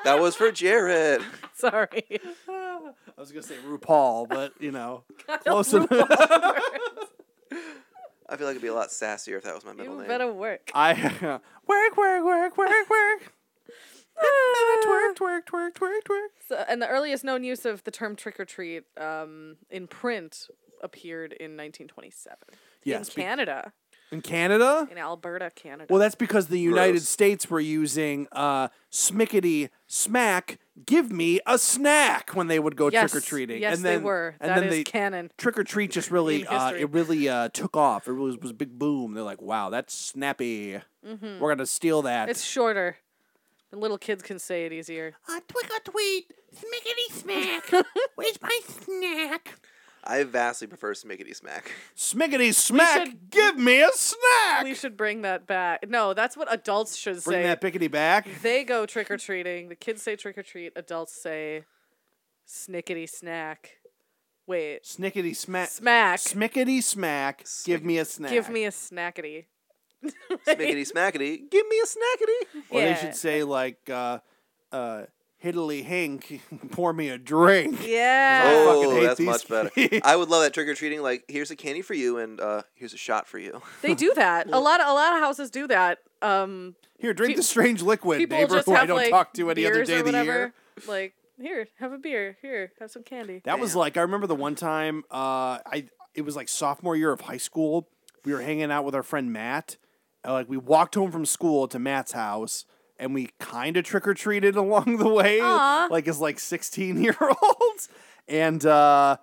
that was for Jared.
Sorry.
I was gonna say RuPaul, but you know, close enough.
I feel like it'd be a lot sassier if that was my middle
you
name.
better work.
[laughs] [laughs] I work, work, work, work, work. twerk, twerk, twerk, twerk, twerk.
So, and the earliest known use of the term trick or treat um, in print appeared in 1927 in
Yes, be-
Canada,
In Canada.
in Alberta, Canada.
Well, that's because the United
Gross.
States were using uh, smickety smack, give me a snack when they would go
Yes.
trick or treating.
Yes,
and then,
they were.
And
That
then
is
they
canon.
trick or treat just really,
In
uh,
history.
it really uh, took off. It really was a big boom. They're like, wow, that's snappy. We're gonna steal that.
Mm-hmm. It's shorter. And little kids can say it easier.
A twig a tweet, smickety
[laughs]
smack. Where's my snack?
I vastly prefer Smickety Smack.
[laughs]
smickety smack,
should-
give me a snack.
We should bring that back. No, that's what adults should say.
Bring that pickety back.
they go trick or treating. The kids say trick or treat. Adults say snickety snack. Wait,
Snickety smack.
smack.
Smickety smack, give me a snack.
Give me a [laughs] snackety.
Smickety Smackety, give me a snackety.
Or
yeah.
they should say like uh uh Hiddly Hank, [laughs] pour me a drink.
Yeah.
fucking
Oh,
hate
that's
these
much better.
kids.
I would love that trick or treating. Like, here's a candy for you, and uh, here's a shot for you. [laughs]
They do that. A lot of a lot of houses do that. Um,
Here, drink
Pe-
the strange liquid,
people
neighbor
just
who I
have,
don't
like,
talk to any other
beers
day
or
of the
whatever.
year.
Like here, have a beer. Here, have some candy.
That was
Damn.
like I remember the one time uh I it was like sophomore year of high school. We were hanging out with our friend Matt. Uh, like we walked home from school to Matt's house and we kind of trick or treated [laughs] along the way
Aw.
like as like 16 year olds and uh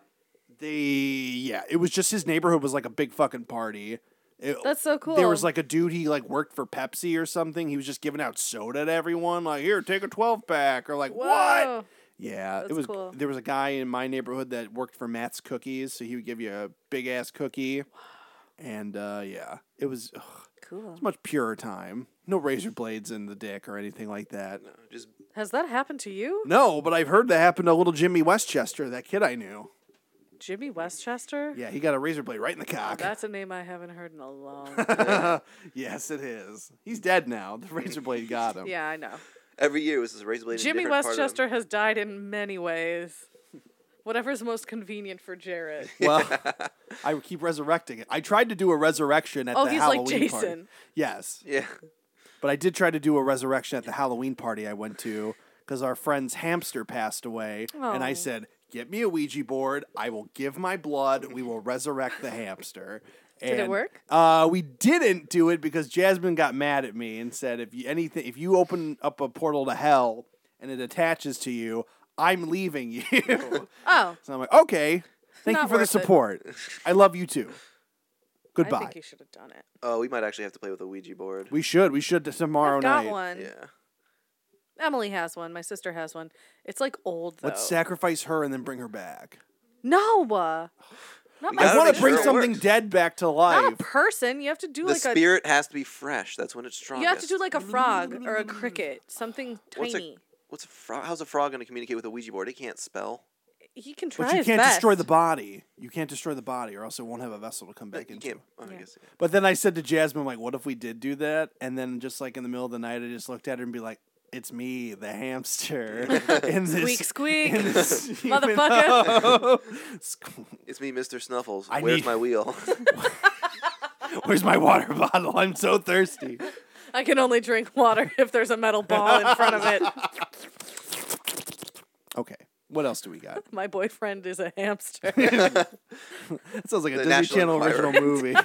they yeah, it was just his neighborhood was like a big fucking party. It-
That's so cool.
There was like a dude he like worked for Pepsi or something. He was just giving out soda to everyone, like here, take a twelve pack, or like what?
Whoa.
Yeah, it
That's
was.
cool.
There was a guy in my neighborhood that worked for Matt's Cookies, so he would give you a big ass cookie, and uh, yeah, it was ugh,
Cool.
it's much purer time. No razor blades in the dick or anything like that.
Just
Has that happened to you,
No, but I've heard that happened to little Jimmy Westchester, that kid I knew.
Jimmy Westchester?
Yeah, he got a razor blade right in the cock.
That's a name I haven't heard in a
[laughs]
long. time.
yes, it is. He's dead now. The razor blade got
[laughs]
him.
yeah, I know.
Every year was just Razorblade.
Jimmy
in a different part of them.
Westchester has died in many ways. [laughs] Whatever's most convenient for
[laughs]
Jared. [laughs]
Well, I keep resurrecting it. I tried to do a resurrection at
Oh,
the
he's like
Halloween party.
Jason.
Yes,
Yeah.
but I did try to do a resurrection at the Halloween party I went to because our friend's hamster passed away, and I
Oh.
said, "Get me a Ouija board. I will give my blood. We will resurrect the
[laughs]
hamster." Did
it work?
Uh, we didn't do it because Jasmine got mad at me and said, "If you anything, if you open up a portal to hell and it attaches to you, I'm leaving you." [laughs]
Oh,
So I'm like, okay, thank you
Not
for the
worth it.
support. I love you too.
I
Goodbye.
think you should have done it.
Oh, we might actually have to play with a Ouija board.
we should. We should tomorrow
I've got
night.
one.
yeah.
Emily has one. My sister has one. It's like old though.
Let's sacrifice her and then bring her back.
No, uh,
I
not my
I want
make
to
sister.
bring
sure it
something
works.
dead back to
Not
life.
a person. You have to do
The
like
spirit has to be fresh. That's when it's
a.
strong.
You have to do like a frog or a cricket,
[laughs]
something
What's
tiny.
A, what's a frog? How's a frog going to communicate with a Ouija board? It can't spell.
He can try
but you
his
can't destroy the
best.
body. You can't destroy the body, or else it won't have a vessel to come back
You
into.
can't. Oh, I guess.
But then I said to Jasmine, like, what if we did do that? And then just like in the middle of the night, I just looked at her and be like, it's me, the hamster.
[laughs]
in
Squeak,
this,
squeak.
[laughs] in
[laughs]
this human-
Motherfucker.
[laughs] Squeak.
It's me, Mr. Snuffles.
I
Where's
need-
my
[laughs]
wheel? [laughs]
Where's my water bottle? I'm so thirsty.
I can only drink water [laughs] if there's a metal ball in front of
[laughs]
it.
Okay. What else do we
[laughs]
got?
My boyfriend is a hamster.
That sounds like
The
a Disney
National
Channel
Enquirer.
original movie.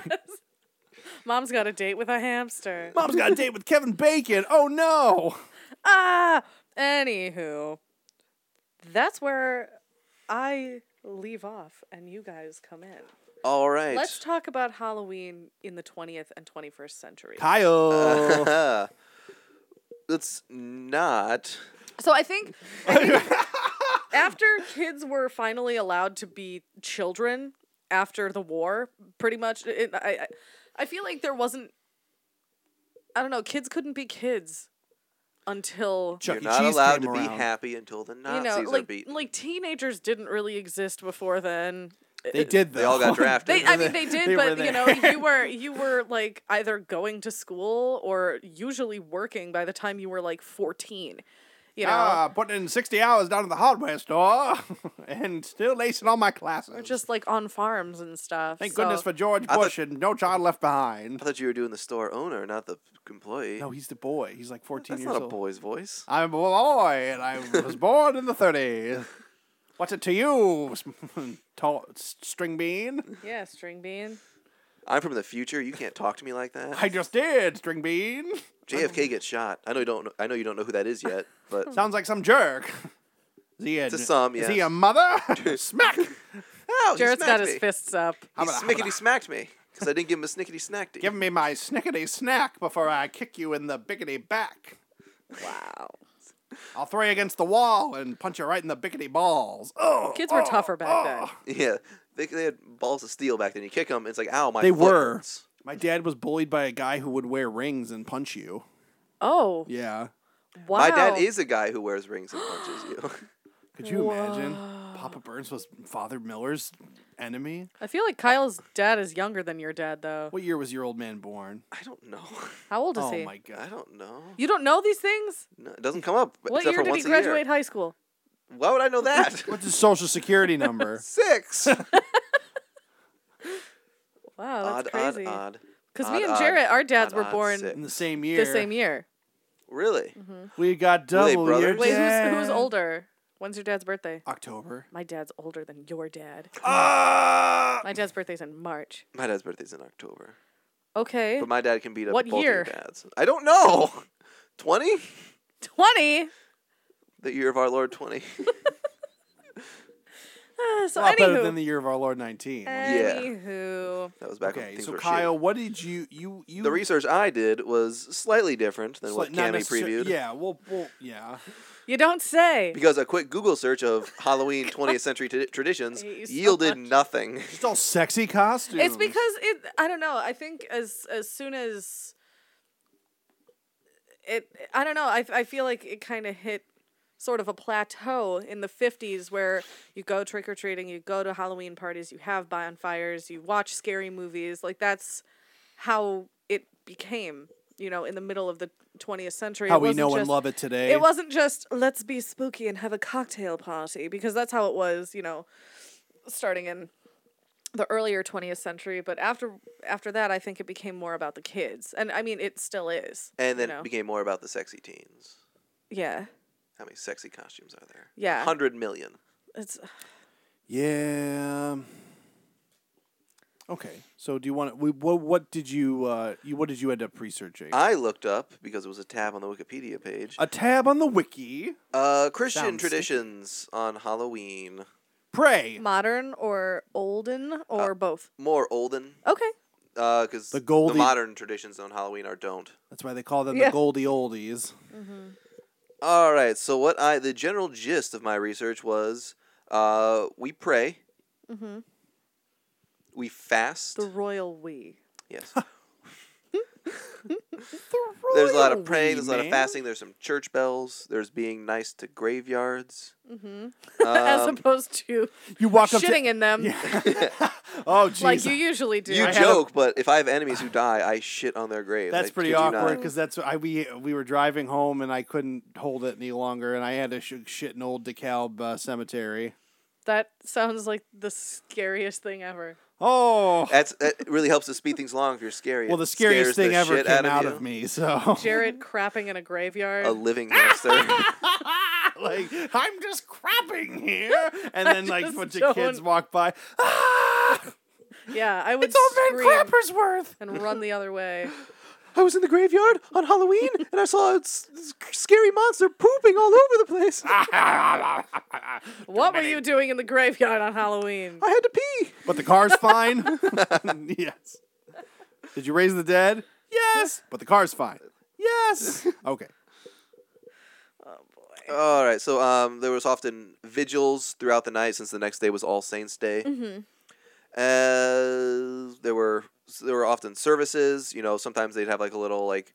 [laughs]
Mom's got a date with a hamster.
Mom's got a date with Kevin Bacon. Oh no.
Ah, [laughs] anywho, that's where I leave off and you guys come in.
All right.
Let's talk about Halloween in the 20th and 21st century.
[laughs]
Kyle.
Uh, Let's not.
So
[laughs]
I think, I think after kids were finally allowed to be children after the war, pretty much, it, I, I, I feel like there wasn't, I don't know, kids couldn't be kids until.
Chuck E.
You're not
Cheese
allowed to
came
be
around.
happy until the
You
Nazis
know,
are
like
beaten.
like teenagers didn't really exist before then.
They did though.
they all got
[laughs]
drafted.
[laughs] They, I mean, they did,
They were
but you know, you were you were like either going to school or usually working by the time you were like fourteen. You know,
Ah, putting in 60 hours down at the hardware store [laughs] and still lacing all my classes.
just like on farms and stuff.
Thank
so-
goodness for George
thought-
Bush and No Child Left
[laughs]
Behind.
I thought you were doing the store owner, not the employee.
No, he's the boy. He's like 14
That's
years
not a
old.
boy's voice.
I'm a boy and I was born in
[laughs]
the 30s. What's it to you, [laughs] tall, string bean?
[laughs]
yeah, string bean.
I'm from the future. You can't talk to me like that.
[laughs] I just did, string bean.
JFK gets shot. I know you don't. Know, I know you don't know who that is yet,
[laughs]
but
Sounds like some jerk. [laughs] Is he a,
To some,
Is he
yes. [laughs]
a mother? Smack!
oh,
Jared's got
me.
his fists up.
He
about- how
smickety smacked me because I didn't give him a snickety snackety.
Give me my snickety snack before I kick you in the bickety back.
Wow,
I'll throw you against the wall and punch you right in the bickety balls. Oh,
kids were tougher back then.
[laughs] Yeah, they, they had balls of steel back then. You kick them, it's like ow, my.
They
foot
were.
hurts.
My dad was bullied by a guy who would wear rings and punch you.
Oh,
Yeah.
wow.
My dad is a guy who wears rings and punches
[gasps]
you.
Could you imagine? Papa Burns was Father Miller's enemy.
I feel like Kyle's dad is younger than your dad, though.
What year was your old man born?
I don't know.
How old is
oh
he?
my
I
god.
don't know.
You don't know these things.
No, it doesn't come up
What
except
year
for
did he
once a
graduate
year.
high school?
Why would I know that?
[laughs]
What's his social security number?
Six.
Wow, that's
odd, odd,
crazy.
odd.
Because me
Odd,
and
odd,
Jarrett, our dads
odd,
were
odd,
born
six.
in the same year.
the same year.
Really?
Mm-hmm.
We got
Were they
double. your
brothers?
Wait,
dad.
who's who's older? When's your dad's birthday?
October.
My dad's older than your dad.
Ah!
My dad's birthday's in March.
My dad's birthday's in October,
Okay.
but my dad can beat up
What
both
year?
of your dads. I don't know. Twenty?
20?
The year of our Lord twenty. [laughs]
Ah, so
A lot better
anywho. Eh.
than the year of our Lord 19.
Yeah.
anywho.
That was back when
okay,
things
so
were shitty.
Kyle, what did you you you
The research I did was slightly different than
sli-
what
not
Cammy
necessar-
previewed.
Yeah, well, well, yeah.
You don't say.
Because a quick Google search of
[laughs]
Halloween 20th century t- traditions
hate you so
yielded nothing.
It's all sexy costumes.
It's because it. I don't know. I think as as soon as it, I don't know. I I feel like it kind of hit sort of a plateau in the fifties where you go trick or treating, you go to Halloween parties, you have bonfires, you watch scary movies. Like that's how it became. you know, in the middle of the 20th century.
How
It
we
wasn't
know and
just-
love it today.
It wasn't just let's be spooky and have a cocktail party because that's how it was, you know, starting in the earlier 20th century, but after after that I think it became more about the kids. And I mean it still is.
And then
you know?
it became more about the sexy teens.
Yeah.
How many sexy costumes are there?
Yeah.
100 million.
It's
Yeah. Okay. So do you want to? What, what did you? Uh, you what did you end up researching?
I looked up, because it was a tab on the Wikipedia page,
a tab on the wiki.
uh, Christian
sounds-
traditions on Halloween.
Pray
modern or olden
Uh,
or both.
More olden,
Okay.
because
The
the
Goldie-
modern traditions on Halloween are don't.
That's why they call them
Yeah.
the Goldie Oldies.
All right. So what I the general gist of my research was, uh, we pray,
Mm-hmm.
we fast.
The royal we. [laughs]
[laughs]
yes. there's a lot of praying. There's a lot of
man.
fasting. There's some church bells. There's being nice to graveyards.
As
Um,
opposed to
You walk up
shitting
to.
in them
Oh, jeez.
like you usually do.
you
I had a-
joke, but if I have enemies who die, I shit on their grave.
That's
I
pretty
kid you not.
awkward because that's I we we were driving home and I couldn't hold it any longer and I had to sh- shit in old DeKalb uh, cemetery.
That sounds like the scariest thing ever.
Oh,
That's that really helps to speed things along if you're scary.
well, the
It scares
scariest thing
the
ever
shit
came out,
you.
of me. So
[laughs]
Jared crapping in a graveyard.
A living monster.
[laughs] like I'm just crapping here, and then like a
just
bunch
don't-
of kids walk by. Ah,
yeah, I would
it's old man
scream
Crappersworth.
and run the other [laughs] way.
I was in the graveyard on Halloween and I saw a s- s- scary monster pooping all over the [laughs] place.
What were you doing in the graveyard
[laughs]
on Halloween?
I had to pee.
But the car's fine. [laughs] yes. Did you raise the dead? Yes. But the car's fine. Yes. Okay.
All right, so um, there was often vigils throughout the night since the next day was All Saints Day. Uh, there were there were often services. You know, sometimes they'd have like a little like,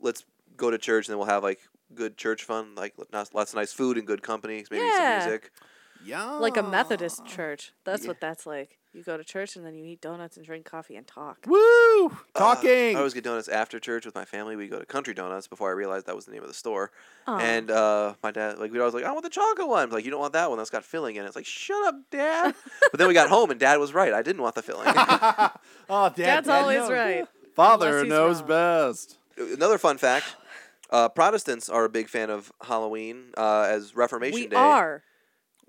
let's go to church and then we'll have like good church fun, like lots, lots of nice food and good company, maybe
Yeah.
some music.
Yeah.
Like a Methodist church. That's
Yeah.
what that's like. You go to church and then you eat donuts and drink coffee and talk.
Woo!
Uh, I
Talking.
always get donuts after church with my family. We go to Country Donuts before I realized that was the name of the store. And uh, my dad, like, we'd always like, I want the chocolate one. I'm like, you don't want that one. That's got filling in it. It's like, shut up,
[laughs]
dad. but then we got home and dad was right. I didn't want the filling.
[laughs] oh, Dad,
Dad's
Dad
always
knows.
right. Unless
Father
he's
knows
wrong.
best.
Another fun fact uh, Protestants are a big fan of Halloween uh, as Reformation
We
Day.
are.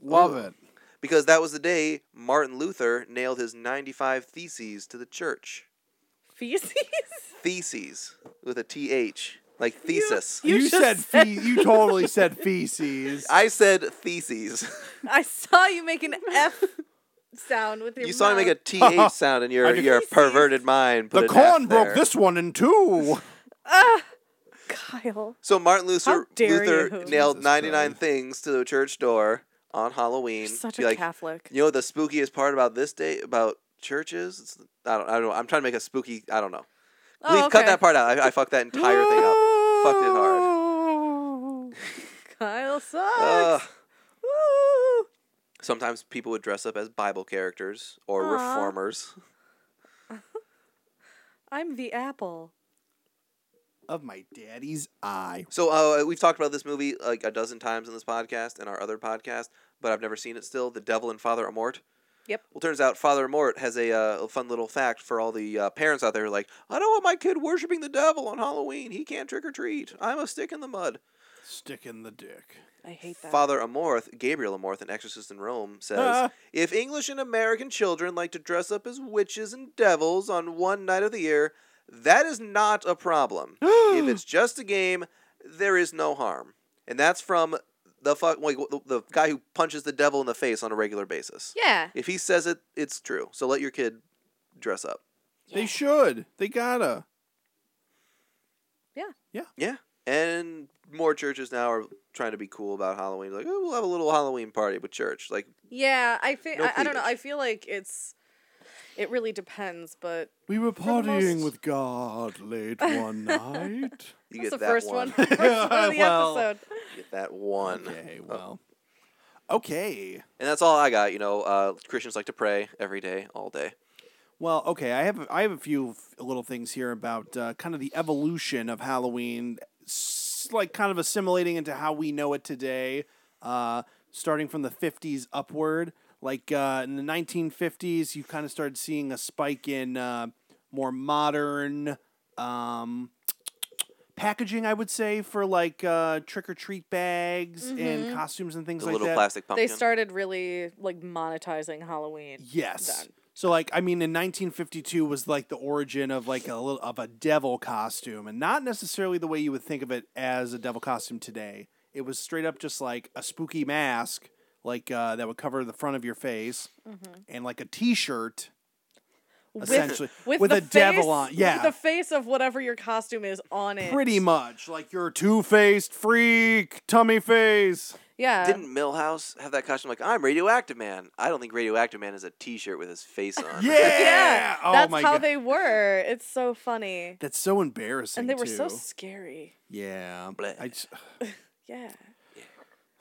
Love
Ooh.
it.
Because that was the day Martin Luther nailed his 95 theses to the church.
Feces? [laughs]
Theses with a T H, like thesis.
You
You,
just
said,
said- [laughs]
fe- you totally said feces.
I said theses. [laughs]
I saw you make an F sound with your
You saw me
mouth.
make a
[laughs]
th sound in your
just-
your perverted mind. Put
the
an F
corn broke
there.
this one in
[laughs]
two.
Kyle.
So Martin Luther,
How dare
Luther
you.
nailed
Jesus
99
Christ.
things to the church door on Halloween.
Such
Be
a
like,
Catholic.
You know what the spookiest part about this day about churches? It's, I don't. I don't know. I'm trying to make a spooky. I don't know.
Oh,
Leave- Cut
okay.
that part out. I, I fucked that entire thing up.
[gasps]
Fucked it hard.
Kyle sucks.
Ugh.
Woo.
sometimes people would dress up as Bible characters or
Aw.
reformers.
I'm the apple.
Of my daddy's eye.
So uh, we've talked about this movie like a dozen times in this podcast and our other podcast, but I've never seen it still. The Devil and Father Amort.
Yep.
Well, turns out Father Amort has a, uh, a fun little fact for all the uh, parents out there who are like, I don't want my kid worshiping the devil on Halloween. He can't trick or treat. I'm a stick in the mud.
Stick in the dick.
I hate that.
Father Amorth, Gabriel Amorth, an exorcist in Rome, says
Ah.
If English and American children like to dress up as witches and devils on one night of the year, that is not a
[gasps]
problem. if it's just a game, there is no harm. And that's from the fuck, like, the, the guy who punches the devil in the face on a regular basis.
yeah.
If he says it, it's true. So let your kid dress up.
They should. They gotta.
Yeah. And more churches now are trying to be cool about Halloween. Like, oh, we'll have a little Halloween party with church. Like,
Yeah, I think
No
I, I don't know.
cleavage.
I feel like it's it really depends, but
We were
the
partying
most-
with God
[laughs]
late one night.
you
that's
get
the
that
first
one. [laughs]
one. [laughs] first one of the
[laughs] Well.
episode.
Get that one.
Okay, well. Okay.
And that's all I got. You know, uh, Christians like to pray every day, all day.
Well, okay, I have I have a few f- little things here about uh, kind of the evolution of Halloween, s- like kind of assimilating into how we know it today, uh, starting from the '50s upward. Like uh, in the 1950s, you kind of started seeing a spike in uh, more modern um, packaging, I would say, for like uh, trick or treat bags and costumes and things
Mm-hmm. The
like
little
that.
plastic
They
pumpkin.
started really like monetizing Halloween.
Yes.
done.
So like I mean in 1952 was like the origin of like a little of a devil costume and not necessarily the way you would think of it as a devil costume today. It was straight up just like a spooky mask like uh, that would cover the front of your face
Mm-hmm.
and like a t-shirt essentially
with,
with
the
a devil
face-
on.
with
Yeah.
the face of whatever your costume is on it.
Pretty much like your two-faced freak tummy face.
Yeah.
Didn't Millhouse have that costume like I'm Radioactive Man? I don't think Radioactive Man is a T-shirt with his
[laughs]
face on.
Yeah.
yeah.
Oh
that's
my
how
god.
they were. It's so funny.
That's so embarrassing
And they were so
too.
scary.
Yeah.
Bleh.
I just-
Yeah.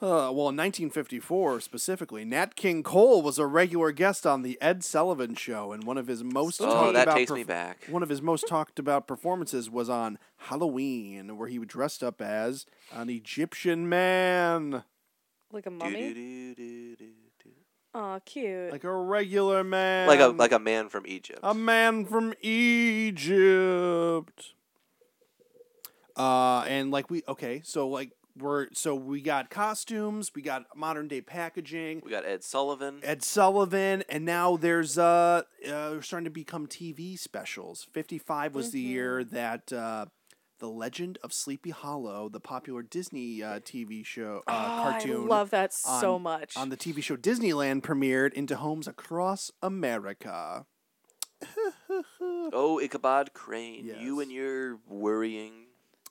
Uh, well, in 1954 specifically, Nat King Cole was a regular guest on the Ed Sullivan Show, and one of his most
Oh,
talked
that
about
takes me back.
One of
[laughs]
his most talked about performances was on Halloween, where he dressed up as an Egyptian man,
Like a mummy.
Do-do-do-do-do-do.
Aw, cute.
like a regular man,
Like a like a man from Egypt.
a man from Egypt. Uh, and like we okay, so like we're so we got costumes, we got modern day packaging,
we got Ed Sullivan.
Ed Sullivan, and now there's uh, uh starting to become TV specials. Fifty five was the year
Mm-hmm.
that uh, the Legend of Sleepy Hollow, the popular Disney uh, TV show uh,
Oh,
cartoon,
I love that
on-
so much.
on the TV show Disneyland premiered into homes across America.
Oh, Ichabod Crane, you
Yes.
and your worrying.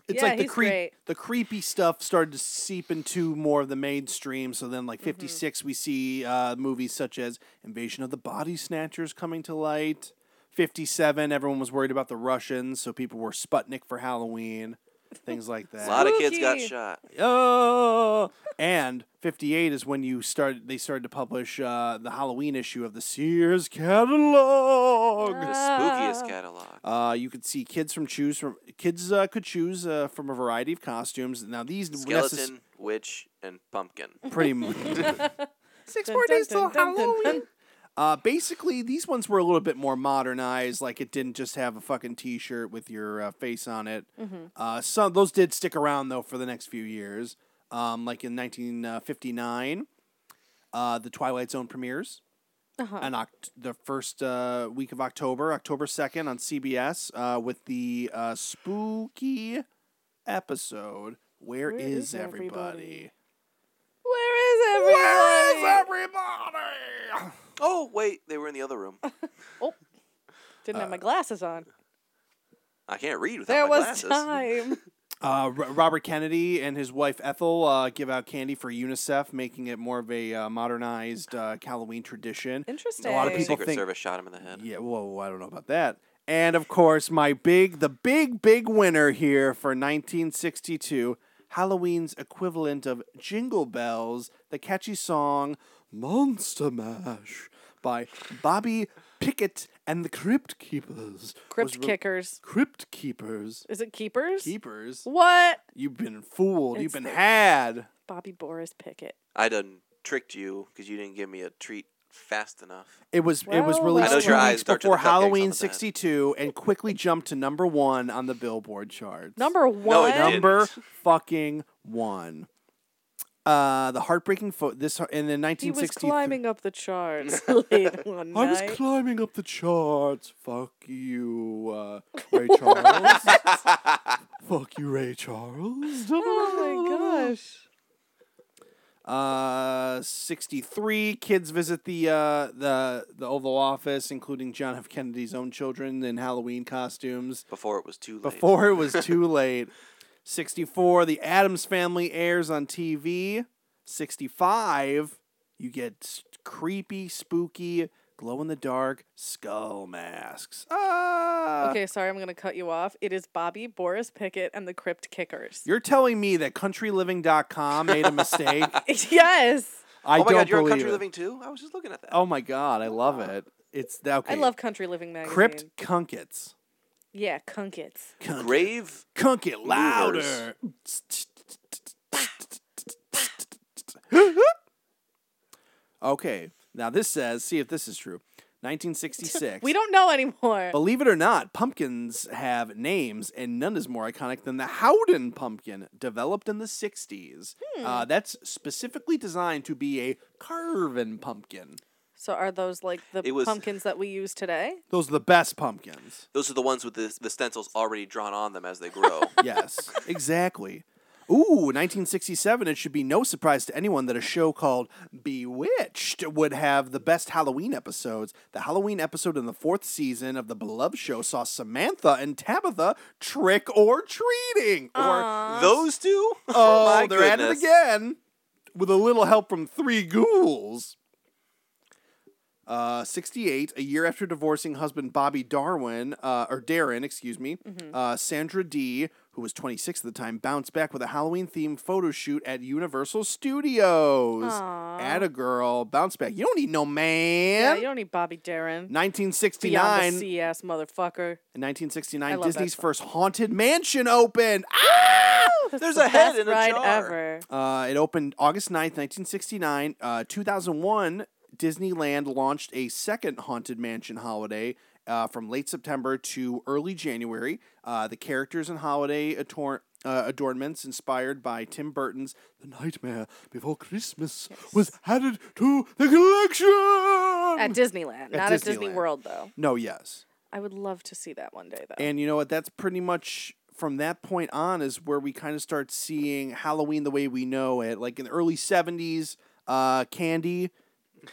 It's
Yeah,
like the
he's
creep,
great.
the creepy stuff started to seep into more of the mainstream. So then,
Mm-hmm.
like fifty we see uh, movies such as Invasion of the Body Snatchers coming to light. Fifty seven, everyone was worried about the Russians, so people were Sputnik for Halloween, things like
A
that.
lot of kids got
Spooky.
shot.
Oh, and 58 is when you started. They started to publish uh, the Halloween issue of the Sears
The
catalog.
Ah.
spookiest catalog.
Uh, you could see kids from choose from kids uh, could choose uh, from a variety of costumes. Now these necess-
Skeleton, witch, and pumpkin.
[laughs]
pretty [laughs] much six
Dun,
more
dun,
days till
dun, dun, dun,
Halloween.
dun.
Uh, basically, these ones were a little bit more modernized. Like it didn't just have a fucking T-shirt with your uh, face on it. Uh, some those did stick around though for the next few years. Um, like in 1959, uh, the Twilight Zone premieres.
Uh-huh.
And oct- the first uh, week of October, October 2nd on CBS, uh, with the uh, spooky episode, Where
Where
is,
is
Everybody?
everybody? Where is everyone?
Where is everybody?
Oh, wait, they were in the other room.
Didn't have my glasses on.
I can't read without
There
Uh, my
was
glasses.
time.
[laughs] Uh, R- Robert Kennedy and his wife Ethel uh, give out candy for UNICEF, making it more of a uh, modernized uh, Halloween tradition.
Interesting.
A lot of
The
people
Secret
think-
Service shot him in the head.
Yeah, whoa, I don't know about that. And of course, my big, the big, big winner here for 1962, Halloween's equivalent of Jingle Bells, the catchy song Monster Mash by Bobby Pickett and the Crypt Keepers. was
Crypt
re-
kickers.
Crypt Keepers.
Is it keepers?
Keepers.
What?
You've been fooled. You've
It's
been
the-
had.
Bobby Boris Pickett.
I done tricked you because you didn't give me a treat fast enough.
It was it was
Well,
released
I know
two
your
weeks
eyes
dart to
before
the cupcakes on
Halloween
the side.
'62 and quickly jumped to number one on the Billboard charts.
Number
No,
one.
it didn't.
number fucking one. Uh, the heartbreaking fo- this and then
He was
1963.
climbing up the
[laughs]
charts late one
I was
night.
climbing up the charts. Fuck you, uh, Ray Charles.
[laughs]
Fuck you, Ray Charles.
oh my gosh.
Uh, 63 kids visit the uh, the the Oval Office, including John F. Kennedy's own children in Halloween costumes.
Before it was too late.
Before
[laughs]
it was too late. 64, the Adams Family airs on TV. 65, you get s- creepy, spooky, glow in the dark skull masks.
Uh,
Ah!
Okay, sorry, I'm going to cut you off. It is Bobby Boris Pickett and the Crypt Kickers.
You're telling me that countryliving.com made
[laughs]
a mistake?
[laughs] yes.
I
oh my
don't
Oh God, you're on
believe
Country
it.
Living too? I was just looking at that.
Oh my god, I love it. It's okay.
I love Country Living Magazine.
Crypt Kunkets.
Yeah, Kunkets.
Grave
Kunk it louder. [laughs] okay, now this says, see if this is true. 1966.
[laughs] We don't know anymore.
Oh.
Believe it or not, pumpkins have names, and none is more iconic than the Howden pumpkin, developed in the 60s.
Hmm.
Uh, that's specifically designed to be a carven pumpkin.
So are those like the
It was-
pumpkins that we use today?
Those are the best pumpkins.
Those are the ones with the, the stencils already drawn on them as they
[laughs]
grow.
yes, exactly. Ooh, 1967. It should be no surprise to anyone that a show called Bewitched would have the best Halloween episodes. The Halloween episode in the fourth season of the beloved show saw Samantha and Tabitha trick or treating. Or,
Those two?
oh,
[laughs] my
they're at it
goodness.
again with a little help from three ghouls. Uh, 68, a year after divorcing husband Bobby Darwin, uh, or Darren, excuse me,
Mm-hmm.
uh, Sandra D, who was 26 at the time, bounced back with a Halloween themed photo shoot at Universal Studios.
Aw.
At a girl, bounce back. You don't need no
Yeah,
man.
you don't need Bobby Darren. Beyond
1969,
the sea ass motherfucker.
in 1969,
love that
Disney's
song.
first haunted mansion opened. Ah!
That's
There's
the
a head
best
in a
ride
jar.
ever.
Uh, it opened August 9th, 1969. Uh, 2001, Disneyland launched a second Haunted Mansion holiday uh, from late September to early January. Uh, the characters and holiday ator- uh, adornments inspired by Tim Burton's The Nightmare Before Christmas was added to the collection. [laughs]
At Disneyland, not at Disney
Disneyland.
World though.
no, yes.
I would love to see that one day though.
And you know what? That's pretty much from that point on is where we kind of start seeing Halloween the way we know it. Like in the early '70s, uh, candy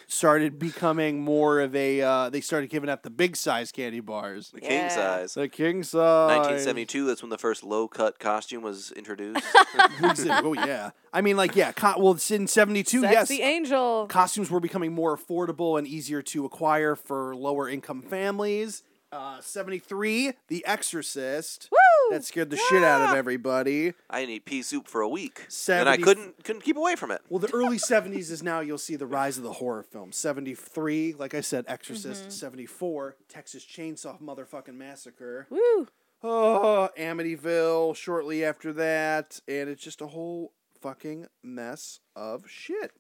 started becoming more of a. Uh, they started giving out the big size candy bars,
The king
Yeah.
size.
the king size.
1972, that's when the first low cut costume was
[laughs]
introduced.
oh yeah. I mean, like yeah. Co- well, it's in '72. Yes.
Sexy angel.
Costumes were becoming more affordable and easier to acquire for lower income families. Uh, 73, The Exorcist.
Woo!
That scared the shit out of everybody.
I didn't eat pea soup for a week. And I
70
couldn't couldn't keep away from it.
Well, the early 70s is now you'll see the rise of the horror film. 73, like I said, Exorcist. 74, Texas Chainsaw Motherfucking Massacre.
Woo!
Oh, Amityville shortly after that. And it's just a whole fucking mess of shit.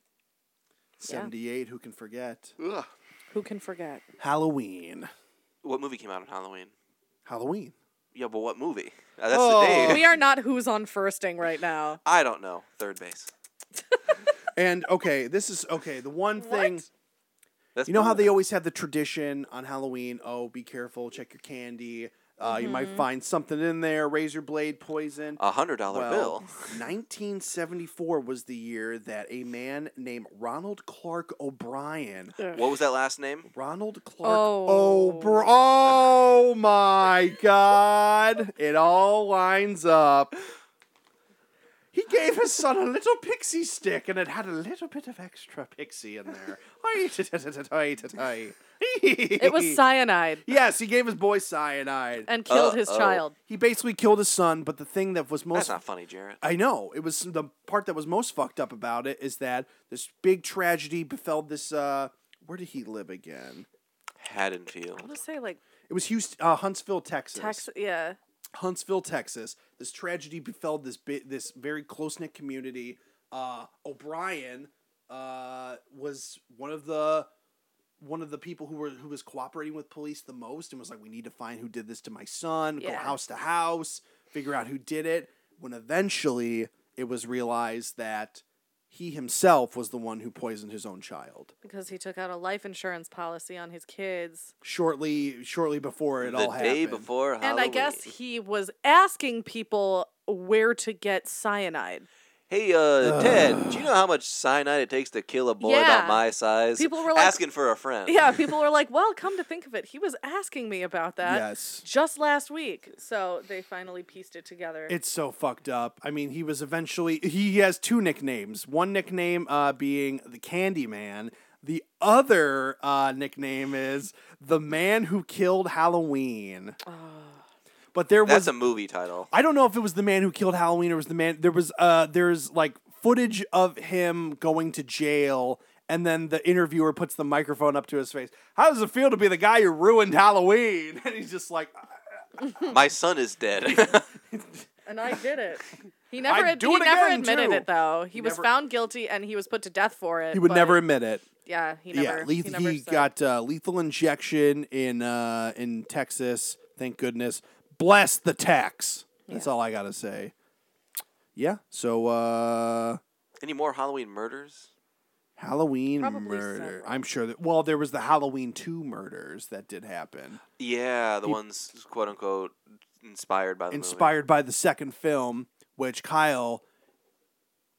78, who can forget?
Who can forget?
Halloween.
What movie came out on Halloween?
Halloween.
Yeah, but what movie? Uh, that's
Oh.
the day.
we are not who's on firsting right now.
[laughs] I don't know. Third base.
And okay, this is okay. The one thing.
That's
You know how
probably-
they always have the tradition on Halloween? Oh, be careful, check your candy. Uh, You might find something in there, razor blade, poison.
a hundred dollar
Well,
Oh, bill.
1974 was the year that a man named Ronald Clark O'Brien.
What was that last name?
Ronald Clark
Oh.
O'Brien. Oh my God. It all lines up. He gave his son a little pixie stick and it had a little bit of extra pixie in there. [laughs]
It
it [laughs]
was cyanide
Yes, he gave his boy cyanide.
and killed his
Uh-oh.
child.
He basically killed his son, but the thing that was
That's
most
not funny, Jarrett.
I know. It was the part that was most fucked up about it is that this big tragedy befell this uh where did he live again?
I
Haddonfield.
want to say like
It was Houston uh, Huntsville, Texas.
Texas. Yeah.
Huntsville, Texas. This tragedy befell this bit this very close knit community. Uh, O'Brien uh, was one of the one of the people who were who was cooperating with police the most and was like, "We need to find who did this to my son. Go
Yeah.
house to house, figure out who did it." When eventually it was realized that he himself was the one who poisoned his own child.
because he took out a life insurance policy on his kids.
Shortly, shortly before it
The
all happened.
day before Halloween.
And I guess he was asking people where to get cyanide.
Hey, uh, Ted, do you know how much cyanide it takes to kill a boy
Yeah.
about my size?
People were like-
asking for a friend. [laughs]
Yeah, people were like, well, come to think of it, he was asking me about that
Yes.
just last week. So they finally pieced it together.
It's so fucked up. I mean, he was eventually he has two nicknames. One nickname uh, being the Candy Man. The other uh, nickname is the man who killed Halloween. But there
That's
was
a movie title.
I don't know if it was the man who killed Halloween or was the man there was uh there's like footage of him going to jail And then the interviewer puts the microphone up to his face. How does it feel to be the guy who ruined Halloween? [laughs] And he's just like,
Hmm.
My son is
[laughs]
dead.
And I did it. [laughs] He never,
I'd
ad-
do
he
it
never
again,
admitted
too.
it though. He was
Never-
found guilty and he was put to death for it.
he would
but-
never admit it.
Yeah, he never.
yeah,
he,
leth-
never
he
said.
got uh, lethal injection in uh, in Texas. Thank goodness. Bless the tax. That's all I gotta say. Yeah. So uh,
Any more Halloween murders?
Halloween
Probably
murder.
some.
I'm sure that. Well, there was the Halloween two murders that did happen,
Yeah, the ones quote unquote inspired by the movie.
inspired by the second film, which Kyle.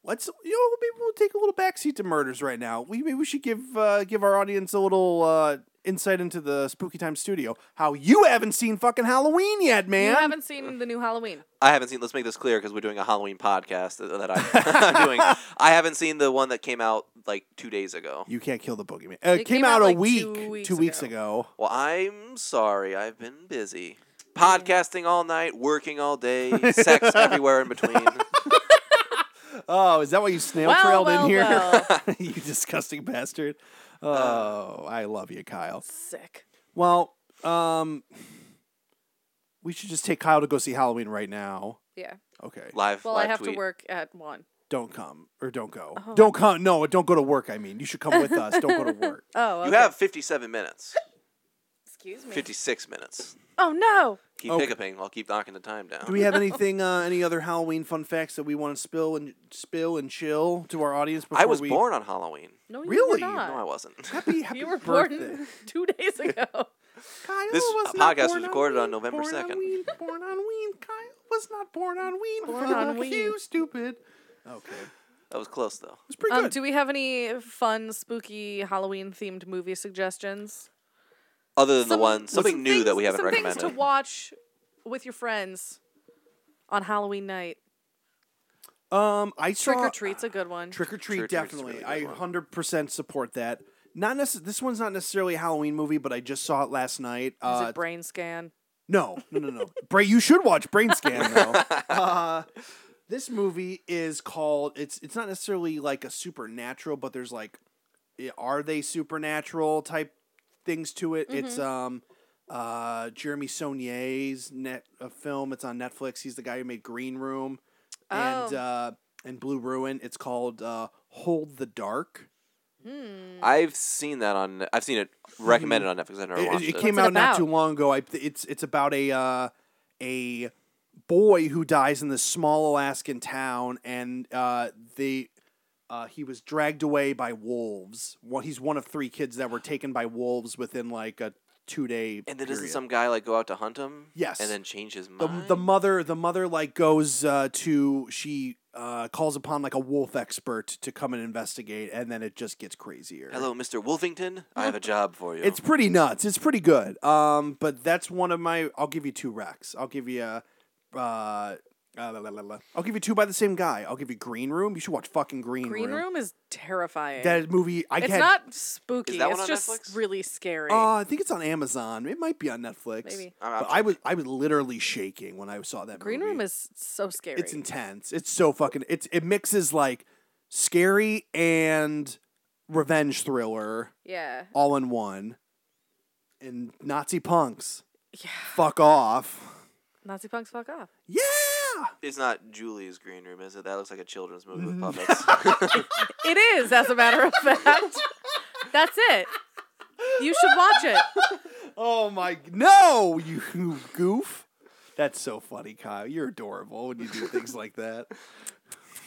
Let's you know maybe we'll take a little backseat to murders right now. We maybe we should give uh, give our audience a little uh, insight into the Spooky Time Studio. How you haven't seen fucking Halloween yet,
You
man?
haven't seen the new Halloween.
I haven't seen. Let's make this clear because we're doing a Halloween podcast that, that [laughs] I,
[laughs]
am doing. I haven't seen the one that came out like two days ago.
You can't kill the boogeyman. Uh, it, came, out, a
like,
week,
two weeks
ago.
Well, I'm sorry. I've been busy podcasting all night, working all
[laughs]
day, sex everywhere in between.
Oh, is that why you snail
Well,
trailed
well,
in here?
well.
[laughs]
Uh.
you disgusting
[laughs]
bastard. Oh, I love you, Kyle.
Sick.
Well, um, we should just take Kyle to go see Halloween right now.
Yeah.
Okay.
Live.
Well,
live
I have
tweet.
to work at one.
Don't come or don't go.
Oh.
Don't come. No, don't go to work. I mean, you should come with us. Don't go
[laughs]
to work.
Oh,
You
okay.
have 57 minutes.
Excuse me.
56 minutes.
Oh no.
Keep
Okay.
hiccuping. I'll keep knocking the time down.
Do we have anything, uh, any other Halloween fun facts that we want to spill and spill and chill to our audience? Before
I was
we...
born on Halloween.
No, you
Really?
were not.
No, I wasn't.
[laughs]
Happy, happy
you were
birthday.
[laughs] born two days ago.
Kyle
This
was not
podcast
born
was recorded on
Ween,
November
born
2nd.
Ween, born on Ween. Kyle was not born on Ween.
Born on
Fuck
Ween.
You stupid. Okay, it
That was close though.
was pretty
Um,
good.
do we have any fun, spooky Halloween themed movie suggestions?
Other than the
Some-
one something
some
new that
things-
we haven't
some
recommended.
Things to watch with your friends on Halloween night.
um, I saw
Trick or treat's a good one.
Trick or treat,
Trick or Treat's a
definitely.
really good
I
one.
hundred percent support that. Not necess- This one's not necessarily a Halloween movie, but I just saw it last night.
Is
Uh,
it brain scan?
No, no, no, no. Bra- you should watch Brain Scan though. uh, this movie is called. It's it's not necessarily like a supernatural, but there's like, i- are they supernatural type things to it? It's um, uh, Jeremy Saulnier's net a film. It's on Netflix. He's the guy who made Green Room and
Oh.
uh, and Blue Ruin. It's called uh, Hold the Dark.
I've seen that on. I've seen it recommended on Netflix. I never
Mm-hmm. It-
watched
It,
it.
it came
What's it
out not too
about?
long ago. I, it's it's about a uh, a boy who dies in this small Alaskan town, and uh, they uh, he was dragged away by wolves. One, he's one of three kids that were taken by wolves within like a two day.
and then doesn't some guy like go out to hunt him?
Yes.
And then change his
the,
mind.
the mother the mother like goes uh, to she uh, calls upon like a wolf expert to come and investigate, and then it just gets crazier.
Hello, Mr. Wolfington. I have a job for you.
It's pretty nuts. It's pretty good. Um, but that's one of my. I'll give you two Rex. I'll give you. Uh, uh, la, la, la, la. I'll give you two by the same guy. I'll give you Green Room. You should watch fucking Green,
Green Room is terrifying.
That movie. I
it's
had-
not spooky.
that one
it's
on
just
Netflix?
really scary.
Uh, I think it's on Amazon. It might be on Netflix.
Maybe.
I'm- I'm
But I was I was literally shaking when I saw that.
Green
movie.
Room is so scary.
It's intense. It's so fucking. It's it mixes like scary and revenge thriller
yeah.
all in one, and Nazi punks.
Yeah.
Fuck off.
Nazi punks fuck
[laughs]
off.
Yeah.
It's not Julie's green room, is it? That looks like a children's movie
[laughs]
with puppets.
It is, as a matter of fact. That's it. You should watch it.
Oh my no, you goof. That's so funny, Kyle. You're adorable when you do [laughs] things like that.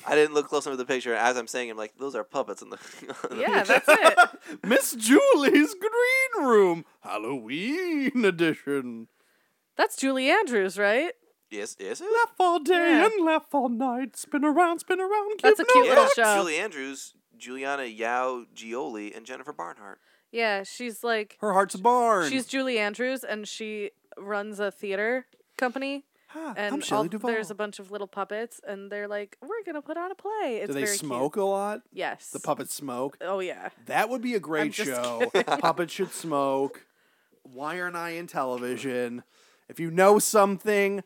I didn't look close enough at the picture. As I'm saying, I'm like, those are puppets in the. [laughs]
[laughs]
Yeah, that's it.
Miss Julie's Green Room Halloween edition.
That's Julie Andrews, right?
yes, yes.
Laugh all day
Yeah.
and laugh all night. Spin around, spin around.
That's
give
a cute
no
little
fuck.
show.
Julie Andrews, Juliana Yao Gioli, and Jennifer Barnhart.
Yeah, she's like
Her heart's a barn.
she's Julie Andrews and she runs a theater company.
Ah,
And
I'm
all-
Shelley Duvall.
there's a bunch of little puppets and they're like, We're gonna put on a play. It's
do they
very
smoke
cute.
a lot?
Yes.
The puppets smoke.
Oh yeah.
That would be a great
just
show. [laughs] Puppets should smoke. Why aren't I in television? If you know something,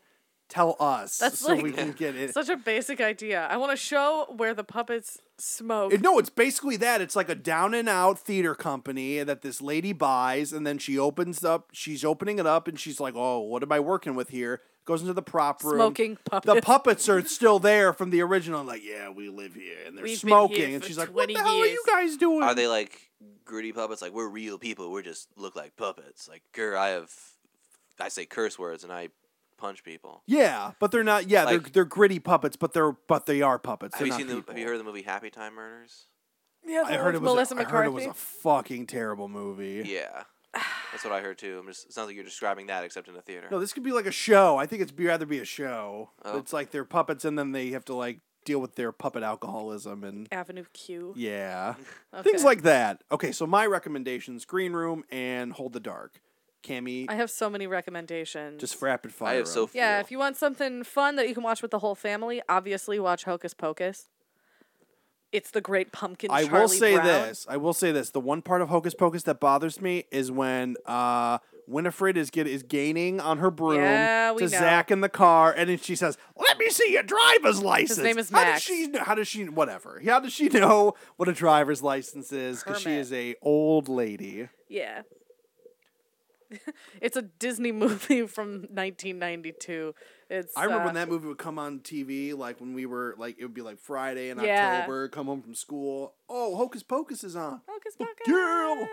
Tell us
That's
so
like
we can get it.
Such a basic idea. I want to show where the puppets smoke.
It- No, it's basically that. It's like a down and out theater company that this lady buys, and then she opens up. She's opening it up, and she's like, "Oh, what am I working with here?" Goes into the prop room.
Smoking
The
puppets.
puppets are still there from the original. Like, yeah, we live here, and they're
We've been here
smoking. and
for
she's like, "What the
20
hell are
years."
you guys doing?"
Are they like gritty puppets? Like we're real people. We're just look like puppets. Like cur, I have, I say curse words and I punch people.
Yeah, but they're not. Yeah, they're
Like-
they're gritty puppets, but they're but they are puppets.
Have
They're
you
not
seen the?
people.
Have you heard of the movie Happy Time Murders?
[laughs] yeah,
I
that
heard
was
it was.
Melissa
a, I heard it was
McCarthy.
a fucking terrible movie.
Yeah, that's what I heard too. I'm just it sounds like you're describing that, except in a theater.
No, this could be like a show. I think it's be rather be a show.
Oh.
It's like they're puppets, and then they have to like deal with their puppet alcoholism and
Avenue Q. [laughs]
yeah,
Okay.
things like that. Okay, so my recommendations: Green Room and Hold the Dark. Cami,
I have so many recommendations.
just rapid
I
fire.
have so
'em.
few.
yeah, if you want something fun that you can watch with the whole family, obviously watch Hocus Pocus. It's the Great Pumpkin.
I
Charlie
will say
Brown.
this. I will say this. The one part of Hocus Pocus that bothers me is when uh, Winifred is get is gaining on her broom
Yeah, we
to
know.
Zach in the car, and then she says, "Let me see your driver's license."
name is
How
Max.
does she? Know, how does she? Whatever. How does she know what a driver's license is? Because she
Hermit.
is a old lady.
Yeah. [laughs] it's a Disney [laughs] movie from 1992. It's
I remember
uh,
when that movie would come on TV, like when we were like it would be like Friday in
Yeah.
October, come home from school. Oh, Hocus Pocus is on.
Hocus
The
Pocus.
girl.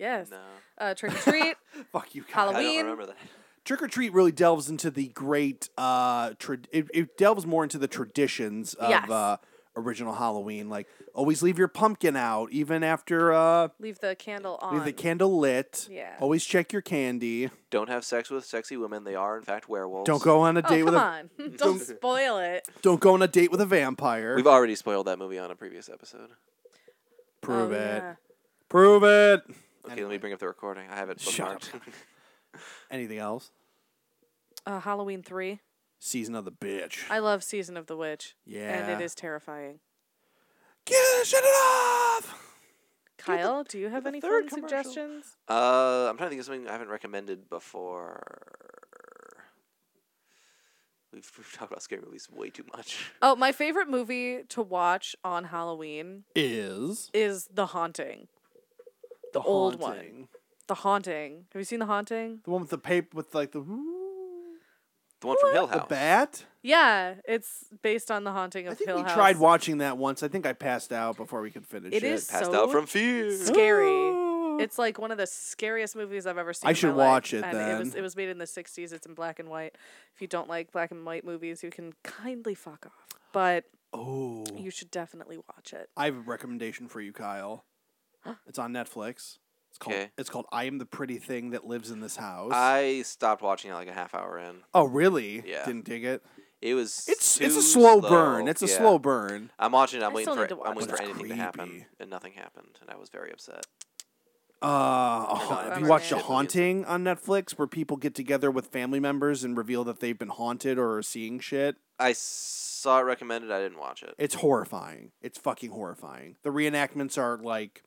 Yes.
No,
Uh, Trick or Treat.
[laughs] Fuck you, guys.
I
Halloween.
don't remember that.
Trick or Treat really delves into the great uh tra- it, it delves more into the traditions of
Yes.
uh original Halloween like always leave your pumpkin out even after uh
Leave the candle on.
leave the candle lit
Yeah.
always check your candy
Don't have sex with sexy women. They are in fact werewolves.
don't go on a
Oh,
date
come
with a
on. [laughs] Don't spoil it.
don't go on a date with a vampire
We've already spoiled that movie on a previous episode.
prove
Oh,
it
yeah.
prove it
Okay, let me bring up the recording. I have it.
Shut
bookmarked.
anything else
Uh, Halloween 3.
season of the bitch
I love Season of the Witch. And
Yeah.
it is terrifying.
get it, shut it off
Kyle, do you have any fun suggestions?
[laughs] Uh, I'm trying to think of something I haven't recommended before. We've, we've talked about scary movies way too much.
Oh, my favorite movie to watch on Halloween
is
is The Haunting.
the,
old one.
Haunting.
The Haunting. Have you seen The Haunting?
the one with the paper with like the
The one from Hill
the
House.
bat
Yeah, it's based on The Haunting of
I think
Hill
we
House.
tried watching that once. I think I passed out before we could finish
It
it.
is
Passed
so
out from fear.
scary. It's like one of the scariest movies I've ever seen.
I
in my
should
life,
watch it
and It was
then.
it was made in the '60s. It's in black and white. If you don't like black and white movies, you can kindly fuck off. But
Oh,
you should definitely watch it.
I have a recommendation for
[gasps]
you, Kyle. It's on Netflix. It's called.
'Kay.
It's called I am the pretty thing that lives in this house.
I stopped watching it like a half hour in.
oh, really?
Yeah.
Didn't dig it.
It was.
It's
too
it's a slow,
slow.
burn. It's a
Yeah.
slow burn.
I'm watching. it, I'm
I
waiting
still
for.
need to watch
I'm waiting
that.
for anything to happen,
Creepy.
and nothing happened, and I was very upset.
Uh, oh, have you
bummer,
watched
man.
The Haunting on Netflix, where people get together with family members and reveal that they've been haunted or are seeing shit?
I saw it recommended. I didn't watch it.
It's horrifying. It's fucking horrifying. The reenactments are like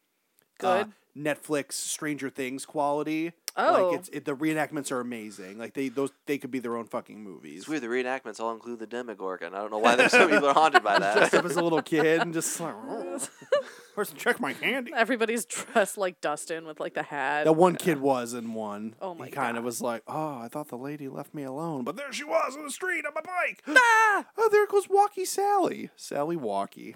uh,
Good.
Netflix Stranger Things quality.
Oh.
like it's it, the reenactments are amazing. Like they those they could be their own fucking movies.
It's weird. The reenactments all include the Demogorgon. I don't know why there's so many people are haunted [laughs] by
Dressed up
that.
as a little kid and just
[laughs]
like, "Oh, person, check my candy.
Everybody's [laughs] dressed like Dustin with like the hat.
That one kid was in one.
Oh my
He kind
God.
of was like, oh, I thought the lady left me alone, but there she was on the street on my bike. ah! Oh, there goes Walkie Sally. Sally Walkie.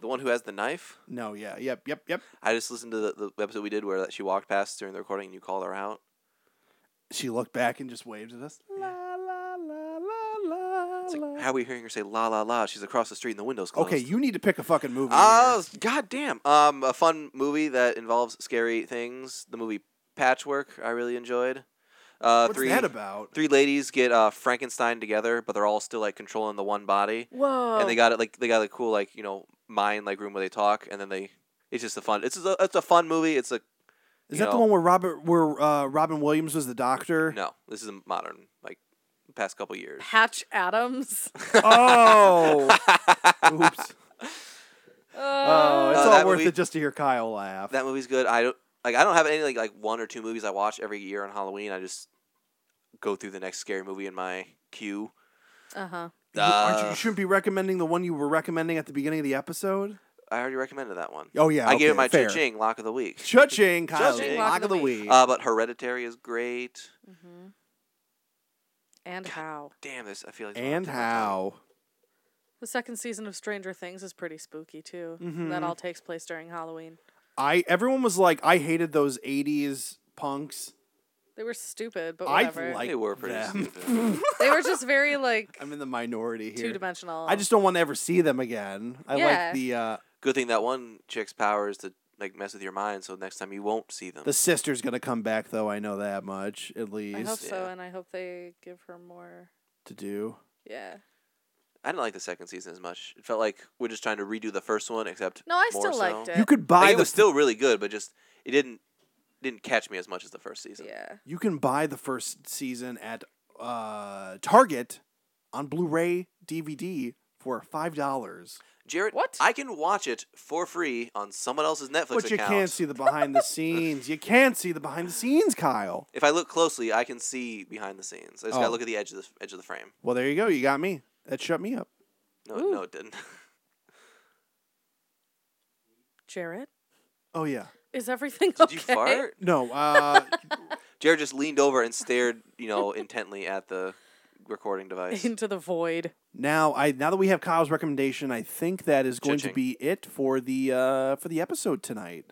the one who has the knife.
No, yeah, yep, yep, yep.
I just listened to the, the episode we did where that she walked past during the recording and you called her out.
She looked back and just waved at us. La la la la la.
It's
la.
like, how are we hearing her say la la la? She's across the street and the window's closed.
Okay, you need to pick a fucking movie.
Oh,
here.
s- goddamn. Um, a fun movie that involves scary things. The movie Patchwork. I really enjoyed. Uh,
What's
three,
that about?
Three ladies get uh, Frankenstein together, but they're all still like controlling the one body,
Whoa.
Oh.
and they got it like they got a cool like you know mind like room where they talk, and then they. It's just a fun. It's a it's a fun movie. It's a
Is
you
that the
know.
one where Robert, where uh, Robin Williams was the doctor?
no. This is a modern like past couple years.
Patch
[laughs]
Adams.
[laughs] Oh, oops.
[laughs]
Oh, it's
Uh,
all
that
worth
movie-
it just to hear Kyle laugh.
that movie's good. I don't like. I don't have any like like one or two movies I watch every year on Halloween. I just go through the next scary movie in my queue.
Uh huh.
You- aren't you,
Uh,
you shouldn't be recommending the one you were recommending at the beginning of the episode.
I already recommended that one.
Oh yeah,
I gave
okay,
it my
fair.
cha-ching lock of the week.
Cha-ching, Kyle.
Cha-ching,
Lock of the week.
Uh, but Hereditary is great.
Mm-hmm. And how
Damn this! I feel like there's a lot
and
to talk about.
how?
the second season of Stranger Things is pretty spooky too.
Mm-hmm.
That all takes place during Halloween.
I everyone was like, I hated those '80s punks.
They were stupid, but
I
whatever.
like
They were pretty
them.
stupid.
they were just very like
[laughs] I'm in the minority here.
two dimensional.
I just don't want to ever see them again. I
Yeah.
like the uh,
[laughs] Good thing that one chick's power is to like mess with your mind, so next time you won't see them.
the sister's gonna come back though. I know that much
I
at
hope
least
so,
yeah.
and I hope they give her more.
to do.
Yeah.
I didn't like the second season as much. It felt like we're just trying to redo the first one, except
No, I
more
still
so.
liked it.
You could
Like,
buy
it
the
was still really good, but just it didn't didn't catch me as much as the first season.
Yeah.
you can buy the first season at uh, Target on Blu-ray DVD for five dollars,
Jared,
What?
I can watch it for free on someone else's Netflix
but you
account.
can't see the behind the scenes. You can't see the behind the scenes, Kyle.
If I look closely, I can see behind the scenes. I just
Oh.
gotta look at the edge of the edge of the frame.
Well, there you go. You got me. That shut me up.
No,
Ooh.
no, it didn't. [laughs]
Jared,
Oh yeah.
is everything
Did
okay?
you fart?
No. Uh,
Jared just leaned over and stared, you know, intently at the
[laughs]
recording device.
[laughs] Into the void.
now I now that we have Kyle's recommendation, I think that is going to
Cha-ching.
be it for the uh, for the episode tonight.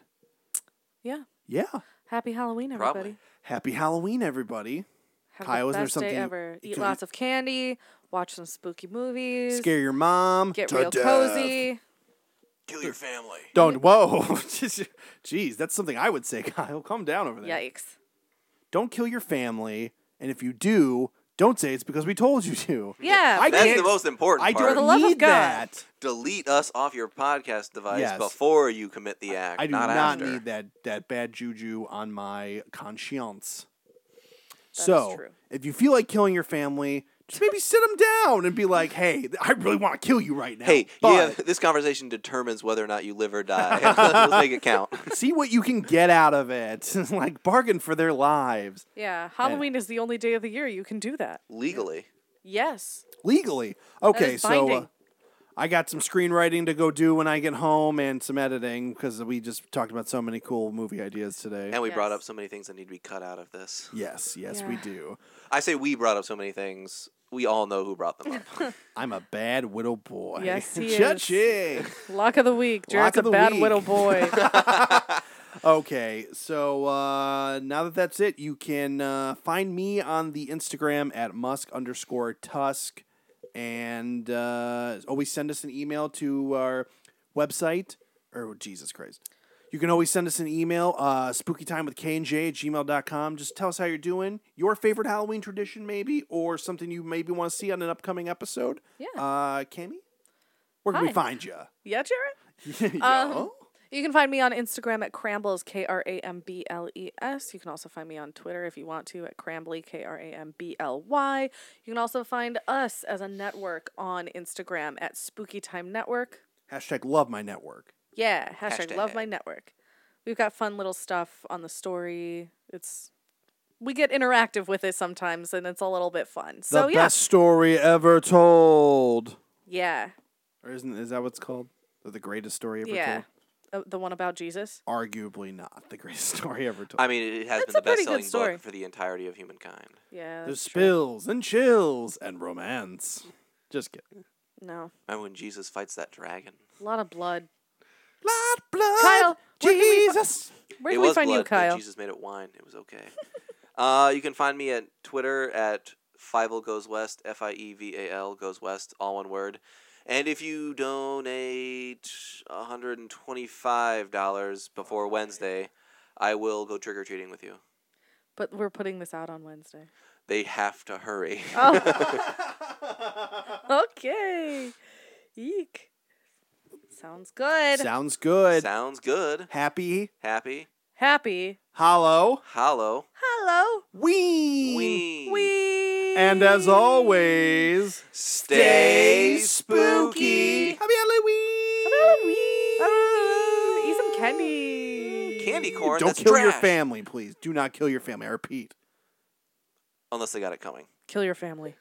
Yeah.
Yeah.
Happy Halloween, everybody.
Probably.
Happy Halloween, everybody.
Have
Kyle,
the
isn't there
best day
something-
ever.
could
Eat
you-
lots of candy. Watch some spooky movies.
Scare your mom.
Get
to
real
death.
cozy.
Kill your family.
Don't. Whoa. [laughs] Jeez, that's something I would say, [laughs] Kyle. Calm down over there.
Yikes.
Don't kill your family, and if you do, don't say it's because we told you to.
Yeah.
I
That's
can't-
the most important
I
part.
don't
the love of
need
God.
that.
Delete us off your podcast device
Yes.
before you commit the act.
I do
not,
not,
after.
need that that bad juju on my conscience.
That is
so,
true.
if you feel like killing your family, just maybe sit them down and be like, "Hey, th- I really want to kill you right now."
Hey, yeah,
but
this conversation determines whether or not you live or
[laughs]
die. [laughs] Let's make it count.
see what you can get out of it. [laughs] like bargain for their lives
[laughs] Yeah. Halloween is the only day of the year you can do that.
Legally.
Yes.
legally. Okay,
is
so uh,
binding.
I got some screenwriting to go do when I get home and some editing because we just talked about so many cool movie ideas today.
And we brought
Yes.
up so many things that need to be cut out of this.
yes, yes, we
Yeah.
do.
I say we brought up so many things. We all know who brought
[laughs]
them up.
I'm a bad widow boy.
Yes, he is. [laughs]
[laughs] Cha-ching.
Lock of the week. Jared's
of
a
the
bad
week.
widow boy.
[laughs] Okay, so uh, now that that's it, you can uh, find me on the Instagram at musk underscore tusk, and uh, always send us an email to our website. Or Jesus Christ, you can always send us an email, uh, spookytime with K and J at gmail.com. Just tell us how you're doing, your favorite Halloween tradition, maybe, or something you maybe want to see on an upcoming episode.
Yeah.
Uh, Cammy, where can we
Hi. Um,
find [laughs] you?
yeah, Jared? You can find me on Instagram at Crambles, K R A M B L E S. You can also find me on Twitter if you want to at Crambly, K R A M B L Y. You can also find us as a network on Instagram at Spooky Time Network.
Hashtag love my network.
Yeah, hashtag, love my
Hashtag.
network. We've got fun little stuff on the story. It's we get interactive with it sometimes and it's a little bit fun.
The
So yeah.
best story ever told.
Yeah.
Or isn't is that what it's called? The greatest story ever
Yeah.
told?
Uh, the one about Jesus.
Arguably not the greatest [laughs] story ever told.
I mean, it has
That's
been
a
the
pretty
best selling
good story.
book for the entirety of humankind.
Yeah.
There's
that's
spills and chills and romance. Just kidding.
true. No.
Remember when Jesus fights that dragon?
A lot of blood.
Blood, blood.
Kyle, where can we fi-
Jesus.
Where
it
can
was
we find
blood,
you,
but
Kyle?
Jesus made it wine. It was okay. [laughs] uh, you can find me at Twitter at Fivel Goes West, F I E V A L Goes West, all one word. And if you donate $125 before Wednesday, I will go trick or treating with you.
But we're putting this out on Wednesday.
They have to hurry.
okay. Eek. Sounds [laughs] good.
Sounds good.
Sounds good.
Happy,
Happy.
Happy.
hollow,
Hollow.
Hello.
wee.
Ween.
We.
And as always,
Stay spooky.
Happy Halloween.
Halloween. Eat some candy.
Candy corn.
Don't
that's
kill your
trash.
family, please. Do not kill your family. I repeat.
Unless they got it coming.
Kill your family.